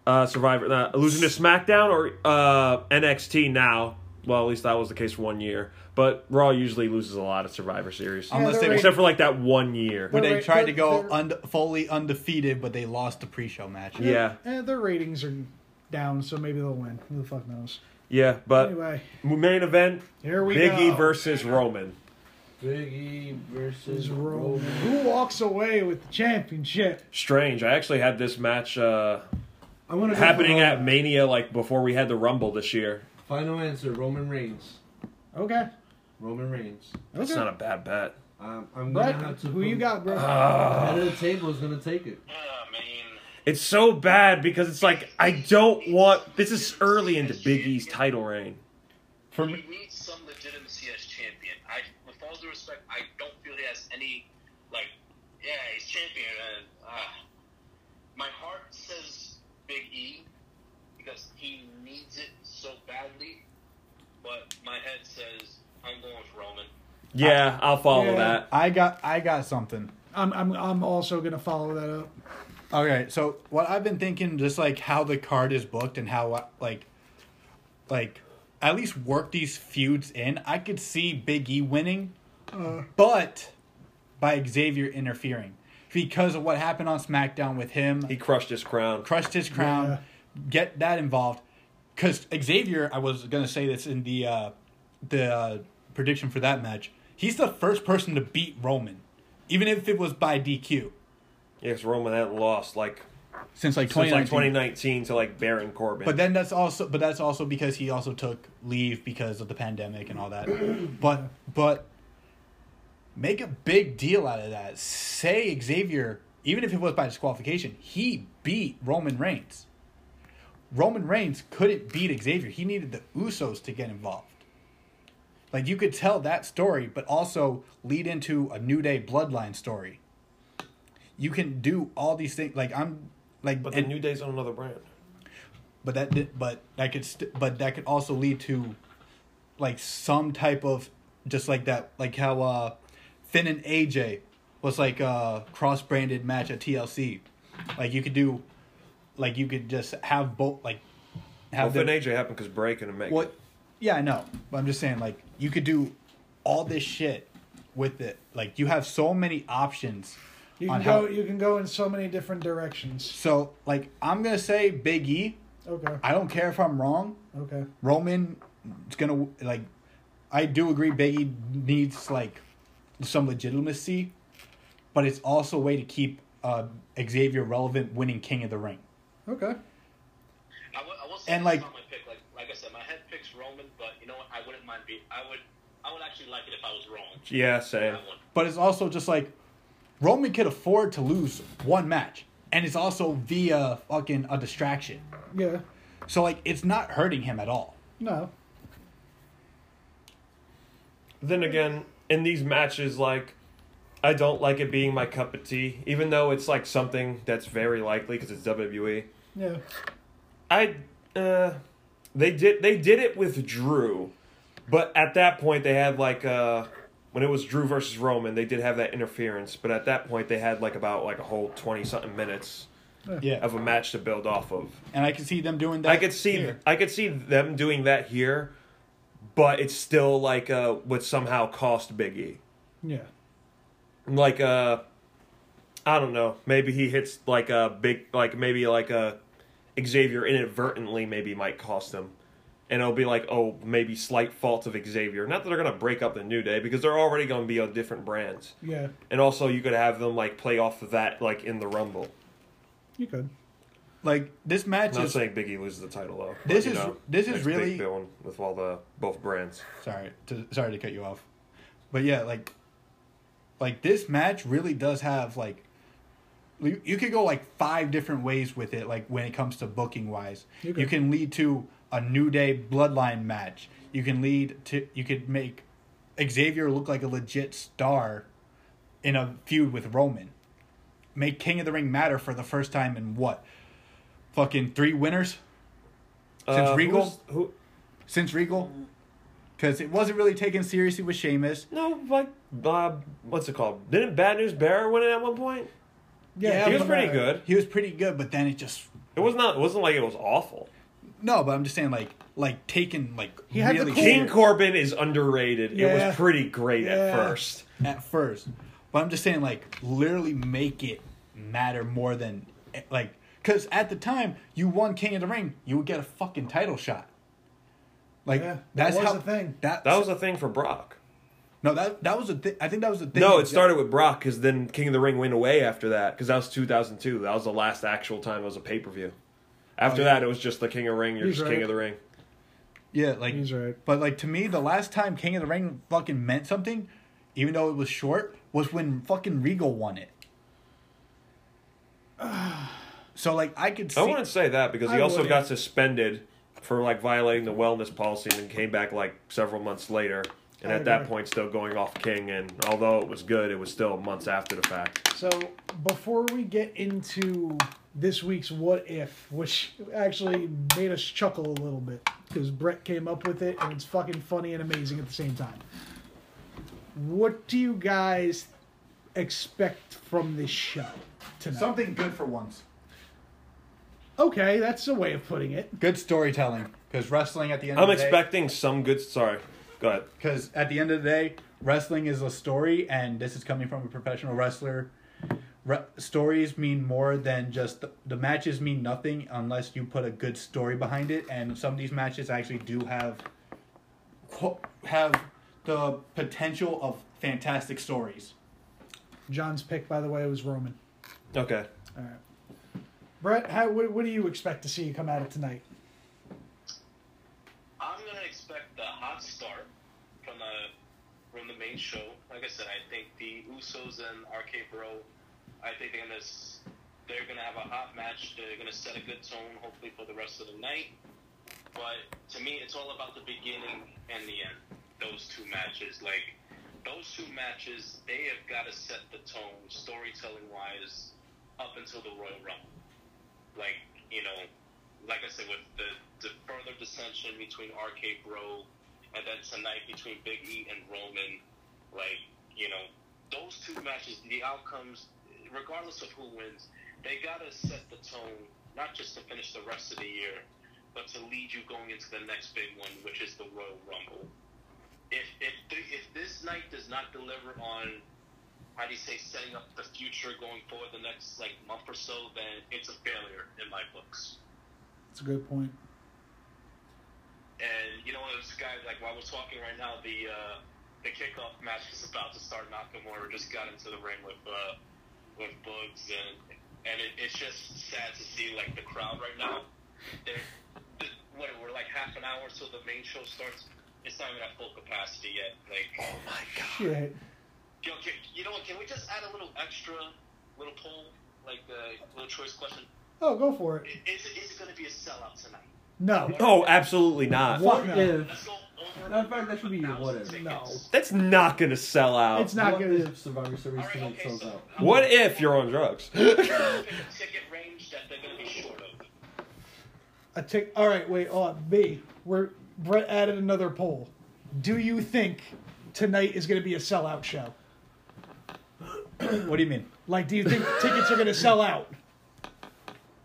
Speaker 1: Uh, Survivor, uh, losing to SmackDown or uh, NXT now. Well, at least that was the case for one year. But Raw usually loses a lot at Survivor Series.
Speaker 3: Unless
Speaker 2: they're
Speaker 3: they
Speaker 2: right.
Speaker 1: Except for like that one year.
Speaker 3: where
Speaker 2: They're
Speaker 3: they
Speaker 2: right-
Speaker 3: tried to
Speaker 2: they're-
Speaker 3: go
Speaker 2: they're-
Speaker 3: un, fully undefeated, but they lost the pre-show match.
Speaker 1: Yeah.
Speaker 2: Eh, their ratings are down, so maybe they'll win. Who the fuck knows?
Speaker 1: Yeah, but
Speaker 2: Anyway,
Speaker 1: main event
Speaker 2: here we
Speaker 1: Big
Speaker 2: go.
Speaker 1: E versus Roman.
Speaker 4: Big E versus
Speaker 2: Is Roman.
Speaker 4: Roman.
Speaker 2: Who walks away with the championship?
Speaker 1: Strange. I actually had this match uh,
Speaker 2: I want to
Speaker 1: happening at Mania like before we had the Rumble this year.
Speaker 4: Final answer: Roman Reigns.
Speaker 2: Okay.
Speaker 4: Roman Reigns.
Speaker 1: That's
Speaker 2: Okay.
Speaker 1: not a Uh, bad bet.
Speaker 4: Um, I'm gonna
Speaker 2: Brett,
Speaker 4: have to.
Speaker 2: who
Speaker 4: put-
Speaker 2: you got, bro?
Speaker 4: Head of the table is gonna take it.
Speaker 5: Uh, man,
Speaker 1: It's so bad because it's like I don't want. This is early into Big E's title reign.
Speaker 3: For
Speaker 5: he
Speaker 3: me,
Speaker 5: needs some legitimacy as champion. I, with all due respect, I don't feel he has any. Like, yeah, he's champion, and uh, my heart says Big E because he needs it so badly. But my head says I'm going with Roman.
Speaker 1: Yeah, I'll follow
Speaker 2: Yeah.
Speaker 1: that.
Speaker 3: I got I got something.
Speaker 2: I'm, I'm, I'm also going to follow that up.
Speaker 3: Okay, so what I've been thinking, just like how the card is booked and how like, like, at least work these feuds in. I could see Big E winning, but by Xavier interfering because of what happened on SmackDown with him,
Speaker 1: He crushed his crown.
Speaker 3: crushed his crown. Get that involved, because Xavier. I was gonna say this in the uh, the uh, prediction for that match. He's the first person to beat Roman, even if it was by DQ
Speaker 1: Yes, Roman had lost like
Speaker 3: since like
Speaker 1: since
Speaker 3: twenty
Speaker 1: like
Speaker 3: nineteen.
Speaker 1: 2019 to like Baron Corbin.
Speaker 3: But then that's also but that's also because he also took leave because of the pandemic and all that. but but make a big deal out of that. Say Xavier, even if it was by disqualification, he beat Roman Reigns. Roman Reigns couldn't beat Xavier. He needed the Usos to get involved. Like you could tell that story, but also lead into a New Day bloodline story. You can do all these things. Like I'm like
Speaker 1: but the
Speaker 3: and-
Speaker 1: New Day's on another brand.
Speaker 3: but that did, but that could st- but that could also lead to like some type of just like that like how uh Finn and uh, AJ was like a cross branded match at TLC. Like you could do Like you could just have both, like
Speaker 1: Well,
Speaker 3: have
Speaker 1: for
Speaker 3: the-
Speaker 1: AJ happened because breaking and making.
Speaker 3: Well, yeah, I know. But I'm just saying, like, you could do all this shit with it. Like, you have so many options.
Speaker 2: You
Speaker 3: on
Speaker 2: can
Speaker 3: how,
Speaker 2: go. You can go in so many different directions.
Speaker 3: so, like, I'm gonna say Big E.
Speaker 2: Okay.
Speaker 3: I don't care if I'm wrong.
Speaker 2: Okay.
Speaker 3: Roman is gonna like. I do agree. Big E needs like some legitimacy, but it's also a way to keep uh, Xavier relevant, winning King of the Ring.
Speaker 2: Okay.
Speaker 5: I will, I will say
Speaker 3: And,
Speaker 5: this
Speaker 3: like-
Speaker 5: on my pick, like like I said, my head picks Roman, but you know what? I wouldn't mind be. I would. I would actually like it if I was wrong.
Speaker 1: yeah, same.
Speaker 5: That one.
Speaker 3: but it's also just like Roman could afford to lose one match, and it's also via fucking a distraction.
Speaker 2: Yeah.
Speaker 3: So like, it's not hurting him at all.
Speaker 2: No.
Speaker 1: Then again, in these matches, like, I don't like it being my cup of tea, even though it's like something that's very likely because it's WWE.
Speaker 2: Yeah.
Speaker 1: I uh, they did they did it with Drew, but at that point they had like uh when it was Drew versus Roman they did have that interference, but at that point they had like about like a whole twenty something minutes
Speaker 3: Yeah,
Speaker 1: of a match to build off of.
Speaker 3: and I can see them doing that.
Speaker 1: I could see
Speaker 3: here.
Speaker 1: I could see them doing that here, but it's still like uh would somehow cost Biggie
Speaker 2: Yeah.
Speaker 1: like uh I don't know. Maybe he hits like a big like maybe like a Xavier inadvertently maybe might cost him. And it'll be like, oh, maybe slight faults of Xavier. Not that they're gonna break up the New Day because they're already gonna be on different brands.
Speaker 2: Yeah.
Speaker 1: And also you could have them like play off of that like in the rumble.
Speaker 2: You could.
Speaker 3: like this match
Speaker 1: Not
Speaker 3: is
Speaker 1: saying Biggie loses the title though. but,
Speaker 3: This
Speaker 1: you
Speaker 3: is-
Speaker 1: know,
Speaker 3: this is
Speaker 1: it's big
Speaker 3: really-
Speaker 1: building with all the both brands.
Speaker 3: sorry to sorry to cut you off, but yeah, like like this match really does have like you, you could go like five different ways with it. Like when it comes to booking wise,
Speaker 2: You
Speaker 3: you,
Speaker 2: could.
Speaker 3: can lead to a New Day Bloodline match. You can lead to you could make Xavier look like a legit star in a feud with Roman. Make King of the Ring matter for the first time in what? Fucking three winners Since
Speaker 1: Uh,
Speaker 3: Regal?
Speaker 1: who's- who
Speaker 3: since Regal, because it wasn't really taken seriously with Sheamus.
Speaker 1: no, like uh, what's it called? Didn't Bad News Bear win it at one point?
Speaker 2: Yeah.
Speaker 1: he was
Speaker 2: but-
Speaker 1: pretty good.
Speaker 3: He was pretty good, but then it just
Speaker 1: It was not. It wasn't like it was awful.
Speaker 3: no. But I'm just saying, like, like taken like
Speaker 2: He had the
Speaker 3: really
Speaker 2: cool-
Speaker 1: King
Speaker 3: serious
Speaker 1: Corbin is underrated. It
Speaker 2: Yeah.
Speaker 1: was pretty great
Speaker 2: Yeah.
Speaker 1: at first.
Speaker 3: at first. But I'm just saying, like, literally make it matter more than like, because at the time you won King of the Ring, you would get a fucking title shot. Like
Speaker 2: Yeah, that
Speaker 3: that's
Speaker 2: was
Speaker 3: how
Speaker 2: the thing.
Speaker 3: That,
Speaker 1: That was a thing for Brock.
Speaker 3: no that that was a thing. I think that was a thing.
Speaker 1: No, it started with Brock because then King of the Ring went away after that because that was 2002. That was the last actual time it was a pay per view. After
Speaker 3: Oh, yeah.
Speaker 1: that, it was just the King of Ring. You're
Speaker 2: He's
Speaker 1: just
Speaker 2: right.
Speaker 1: King of the Ring.
Speaker 3: Yeah, like
Speaker 2: He's right.
Speaker 3: But like to me, the last time King of the Ring fucking meant something, even though it was short, was when fucking Regal won it. So like I could see
Speaker 1: I wouldn't say that because he
Speaker 2: I
Speaker 1: also
Speaker 2: wouldn't.
Speaker 1: got suspended for like violating the wellness policy and then came back like several months later. And
Speaker 2: I
Speaker 1: at that
Speaker 2: agree.
Speaker 1: point, still going off King. And although it was good, it was still months after the fact.
Speaker 2: So before we get into this week's what if, which actually made us chuckle a little bit because Brett came up with it and it's fucking funny and amazing at the same time. What do you guys expect from this show tonight?
Speaker 3: something good for once.
Speaker 2: okay, that's a way of putting it.
Speaker 3: Good storytelling because wrestling at the end.
Speaker 1: I'm
Speaker 3: of the
Speaker 1: expecting some good. Sorry. Go ahead.
Speaker 3: because at the end of the day, wrestling is a story, and this is coming from a professional wrestler. Re- stories mean more than just the, the matches mean nothing unless you put a good story behind it, and some of these matches actually do have qu- have the potential of fantastic stories.
Speaker 2: John's pick, by the way, was Roman.
Speaker 1: Okay.
Speaker 2: All right. Brett, how, what, what do you expect to see come out of tonight?
Speaker 5: I'm gonna expect the hot start from the from the main show. Like I said, I think the Usos and RK Bro, I think they're gonna s- they're gonna have a hot match. They're gonna set a good tone, hopefully for the rest of the night. But to me, it's all about the beginning and the end. Those two matches, like those two matches, they have got to set the tone, storytelling wise, up until the Royal Rumble like you know, like I said, with the, the further dissension between RK Bro and then tonight between Big E and Roman, like you know, those two matches, the outcomes, regardless of who wins, they gotta set the tone. not not just to finish the rest of the year, but to lead you going into the next big one, which is the Royal Rumble. If if th- if this night does not deliver on how do you say setting up the future going forward the next like month or so, then it's a failure in my books.
Speaker 2: That's a good point.
Speaker 5: And you know, this guy like while we're talking right now, the uh, the kickoff match is about to start. Nakamura just got into the ring with uh, with Bugs, and and it, it's just sad to see like the crowd right now. They're th- what we're like half an hour till the main show starts. It's not even at full capacity yet.
Speaker 2: Oh
Speaker 5: Like,
Speaker 2: Shit.
Speaker 5: yo, can, you know what? Can we just add a little extra, little poll, like uh, little choice question?
Speaker 2: Oh, go for it.
Speaker 5: I- Is it is it going to be a sellout tonight?
Speaker 2: No.
Speaker 6: Oh, absolutely not.
Speaker 2: What?
Speaker 4: Fuck
Speaker 2: No.
Speaker 5: Let's
Speaker 4: if.
Speaker 5: go over.
Speaker 4: Matter of fact, that should be
Speaker 5: 1,000
Speaker 4: whatever.
Speaker 5: tickets.
Speaker 2: No.
Speaker 6: That's not gonna sell out.
Speaker 2: It's not
Speaker 4: what
Speaker 2: gonna.
Speaker 4: if Survivor Series
Speaker 5: All right,
Speaker 4: tonight
Speaker 5: okay,
Speaker 4: sells
Speaker 5: so-
Speaker 4: out?
Speaker 6: What if you're on drugs?
Speaker 5: pick a ticket range that they're going to be short of.
Speaker 2: A tick. All right, wait. Hold on. B. We're Brett added another poll. Do you think tonight is going to be a sellout show?
Speaker 3: What do you mean?
Speaker 2: Like, do you think tickets are going to sell out?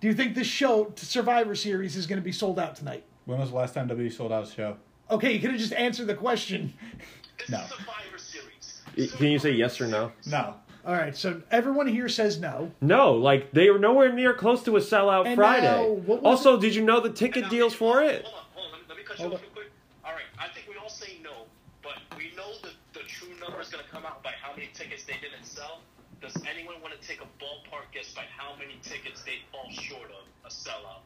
Speaker 2: Do you think this show, Survivor Series, is going to be sold out tonight?
Speaker 3: When was the last time WWE sold out a show?
Speaker 2: Okay, you could have just answered the question.
Speaker 5: This
Speaker 3: No.
Speaker 5: is Survivor Series.
Speaker 6: Can you say yes or no?
Speaker 3: No.
Speaker 2: All right, so everyone here says no.
Speaker 6: No, like they were nowhere near close to a sellout
Speaker 2: And
Speaker 6: Friday.
Speaker 2: now, what was
Speaker 6: also, did you know the
Speaker 5: And
Speaker 6: ticket
Speaker 5: I-
Speaker 6: deals for it?
Speaker 5: Hold on, hold on. Let me, let me cut you
Speaker 2: Hold
Speaker 5: off real quick. All right, I think we all say no, but we know that the true number is going to come out by how many tickets they didn't sell. Does anyone want to take a ballpark guess by how many tickets they fall short of a sellout?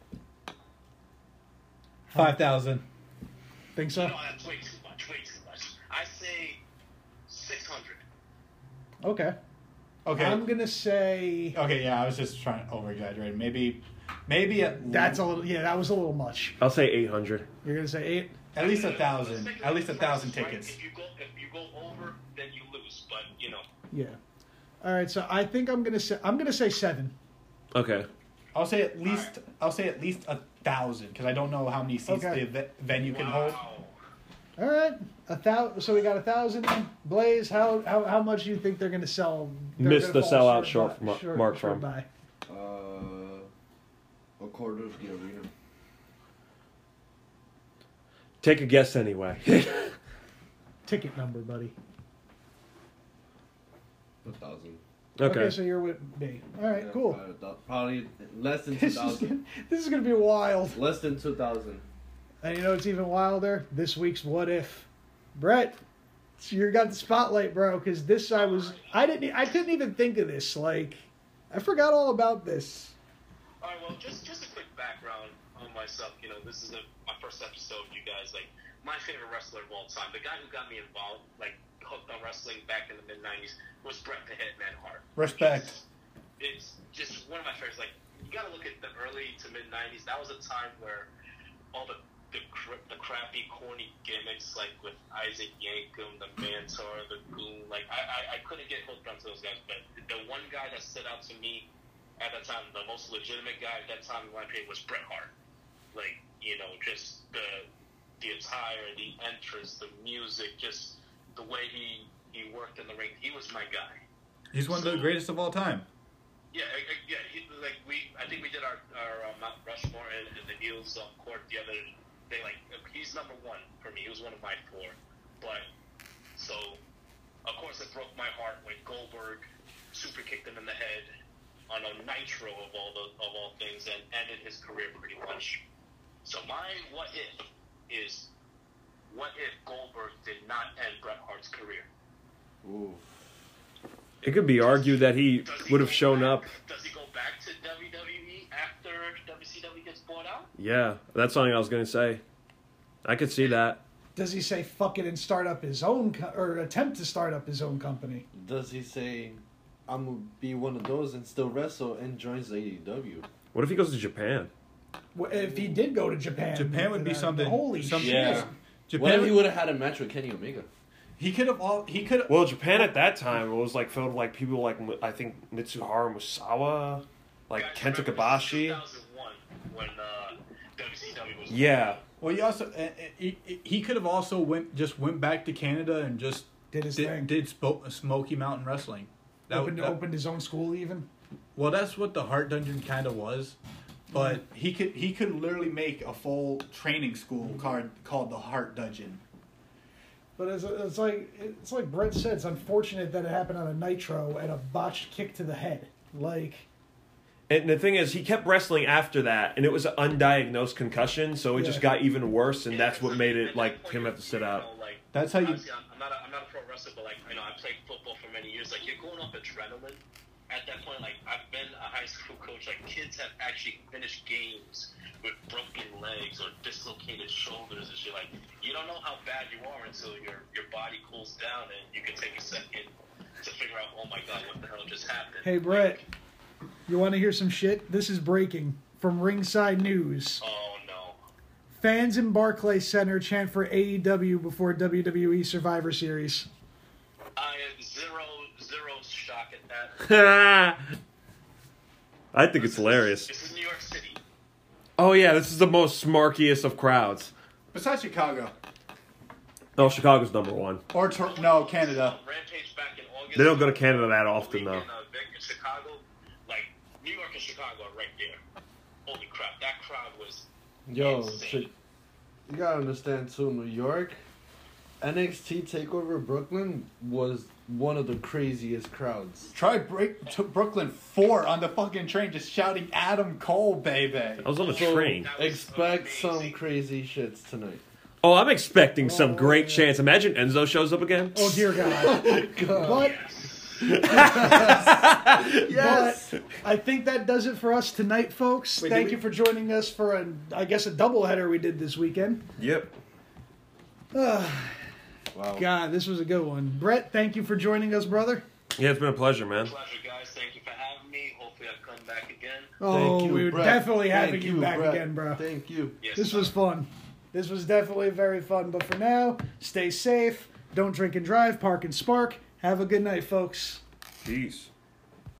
Speaker 3: 5,000.
Speaker 2: Think so?
Speaker 5: No, that's way too much. Way too much. I say 600.
Speaker 2: Okay.
Speaker 3: Okay.
Speaker 2: I'm gonna say
Speaker 3: okay, yeah, I was just trying to over exaggerate. Maybe, maybe at,
Speaker 2: that's a little. Yeah, that was a little much.
Speaker 6: I'll say 800.
Speaker 2: You're gonna say eight.
Speaker 3: at least a
Speaker 5: Let's
Speaker 3: thousand.
Speaker 5: take
Speaker 3: At least a thousand
Speaker 5: right?
Speaker 3: tickets.
Speaker 5: If you go, if you go over, then you lose. But you know,
Speaker 2: Yeah. All right, so I think I'm gonna say I'm gonna say seven.
Speaker 6: Okay.
Speaker 3: I'll say at least, I'll say at least a thousand because I don't know how many seats
Speaker 2: Okay.
Speaker 3: the ve- venue can hold.
Speaker 5: wow.
Speaker 2: All right, a thousand. So we got a thousand. Blaze, how how, how much do you think they're gonna sell? they're
Speaker 6: Missed
Speaker 2: gonna
Speaker 6: the
Speaker 2: fall
Speaker 6: sellout short
Speaker 2: by-
Speaker 6: mar- mark
Speaker 2: short
Speaker 6: from.
Speaker 2: by?
Speaker 4: Uh, a quarter of the arena.
Speaker 6: Take a guess anyway.
Speaker 2: ticket number, buddy.
Speaker 4: A thousand.
Speaker 6: okay.
Speaker 2: so you're with me. All right,
Speaker 4: Yeah,
Speaker 2: cool.
Speaker 4: about a thou- Probably less than two
Speaker 2: This is
Speaker 4: thousand.
Speaker 2: gonna, this is gonna be wild.
Speaker 4: Less than two thousand.
Speaker 2: And you know it's even wilder? This week's what if. Brett, you got the spotlight, bro, because this I was I didn't I couldn't even think of this. Like I forgot all about this.
Speaker 5: All right. Well, just just a quick background on myself. You know, this is a, my first episode. with You guys, like my favorite wrestler of all time, the guy who got me involved, like hooked on wrestling back in the mid '90s, was Bret the Hitman Hart.
Speaker 3: Respect.
Speaker 5: It's just one of my favorites. Like you got to look at the early to mid '90s. That was a time where all the the, cr- the crappy, corny gimmicks, like with Isaac Yankum, the Mantar, the Goon. Like I, I, I couldn't get hooked onto those guys, but the one guy that stood out to me at that time, the most legitimate guy at that time in my opinion was Bret Hart. Like you know, just the the attire, the entrance, the music, just the way he he worked in the ring. He was my guy.
Speaker 3: He's one of the greatest of all time.
Speaker 5: Yeah, I, I, yeah. He, like we, I think we did our our uh, Mount Rushmore in, in the heels on court the other day. Like he's number one for me. He was one of my four, but so of course it broke my heart when Goldberg super kicked him in the head on a Nitro of all the of all things and ended his career pretty much. So my what if is what if Goldberg did not end Bret Hart's career?
Speaker 4: Ooh.
Speaker 6: It could be argued that he
Speaker 5: Does he
Speaker 6: would have
Speaker 5: go
Speaker 6: shown
Speaker 5: back-
Speaker 6: up.
Speaker 5: Does he go back to WWE after WCW gets bought out?
Speaker 6: Yeah, that's something I was gonna say. I could see that.
Speaker 2: Does he say fuck it and start up his own co- or attempt to start up his own company?
Speaker 4: Does he say, "I'm gonna be one of those and still wrestle and joins E AEW"?
Speaker 6: What if he goes to Japan?
Speaker 2: Wh- If he did go to Japan,
Speaker 3: Japan would be
Speaker 2: then, uh,
Speaker 3: something.
Speaker 2: Holy
Speaker 3: something
Speaker 2: shit!
Speaker 4: Yeah. What
Speaker 3: Japan.
Speaker 4: if he
Speaker 3: would-
Speaker 4: would have had a match with Kenny Omega?
Speaker 3: He could have all. He could.
Speaker 6: Well, Japan at that time was like filled with like people like I think Mitsuharu Musawa, like
Speaker 5: Guys,
Speaker 6: Kenta
Speaker 5: remember
Speaker 6: Kobashi.
Speaker 5: 2001 when uh, WCW was
Speaker 6: Yeah,
Speaker 3: Well, he also uh, uh, he, he could have also went just went back to Canada and just
Speaker 2: Did his thing.
Speaker 3: Did spo- Smoky Mountain Wrestling. That,
Speaker 2: opened,
Speaker 3: that-
Speaker 2: opened his own school even.
Speaker 3: Well, that's what the Heart Dungeon kind of was. But he could he could literally make a full training school card called the Heart Dungeon.
Speaker 2: But it's, it's like it's like Brett said. It's unfortunate that it happened on a Nitro at a botched kick to the head. Like
Speaker 6: And the thing is, he kept wrestling after that, and it was an undiagnosed concussion, so it just
Speaker 2: Yeah.
Speaker 6: got even worse, and that's what
Speaker 5: Like,
Speaker 6: made
Speaker 5: at
Speaker 6: it
Speaker 5: that
Speaker 6: like
Speaker 5: point,
Speaker 6: him
Speaker 5: you're-
Speaker 6: have to sit
Speaker 5: you
Speaker 6: out.
Speaker 5: know, Like,
Speaker 3: That's how you-
Speaker 5: Obviously, I'm, I'm not. A, I'm not a pro wrestler, but like you know, I played football for many years. Like you're going off adrenaline. At that point, like I've been a high school coach. Like kids have actually finished games with broken legs or dislocated shoulders and shit. Like you don't know how bad you are until your your body cools down and you can take a second to figure out. Oh my god, what the hell just happened?
Speaker 2: Hey, Brett, you want to hear some shit? This is breaking from Ringside News.
Speaker 5: Oh no.
Speaker 2: Fans in Barclays Center chant for AEW before WWE Survivor Series.
Speaker 5: I am zero zero shock at that.
Speaker 6: I think it's hilarious.
Speaker 5: This is New York City.
Speaker 6: Oh yeah, this is the most smarkiest of crowds.
Speaker 3: Besides Chicago
Speaker 6: Oh, Chicago's number one.
Speaker 3: or Tor- no Canada.
Speaker 5: Rampage back in August.
Speaker 6: They don't go to Canada that often
Speaker 5: Week in,
Speaker 6: though.
Speaker 5: uh, Vic in Chicago, like New York and Chicago are right there. Holy crap, that crowd was
Speaker 4: Yo,
Speaker 5: insane.
Speaker 4: Chi- you gotta understand too. New York, NXT Takeover Brooklyn was one of the craziest crowds.
Speaker 3: Try break to Brooklyn four on the fucking train, just shouting Adam Cole, baby.
Speaker 6: I was on a
Speaker 4: So
Speaker 6: train.
Speaker 4: expect some
Speaker 5: amazing.
Speaker 4: crazy shits tonight.
Speaker 6: Oh, I'm expecting some great chance. Imagine Enzo shows up again.
Speaker 2: Oh dear God! But
Speaker 4: Yes.
Speaker 2: But I think that does it for us tonight, folks. Thank you for joining us for, a, I guess, a doubleheader we did this weekend.
Speaker 6: Yep.
Speaker 4: Wow.
Speaker 2: God, this was a good one. Brett, thank you for joining us, brother.
Speaker 6: Yeah, it's been a pleasure, man.
Speaker 5: Pleasure, guys. Thank you for having me. Hopefully, I'll come back again.
Speaker 2: Oh, we were
Speaker 4: Brett.
Speaker 2: definitely
Speaker 4: Thank
Speaker 2: having you, back
Speaker 4: Brett.
Speaker 2: again, bro.
Speaker 4: Thank you.
Speaker 5: Yes,
Speaker 2: This
Speaker 5: sir.
Speaker 2: was fun. This was definitely very fun. But for now, stay safe. Don't drink and drive. Park and spark. Have a good night, folks.
Speaker 6: Peace.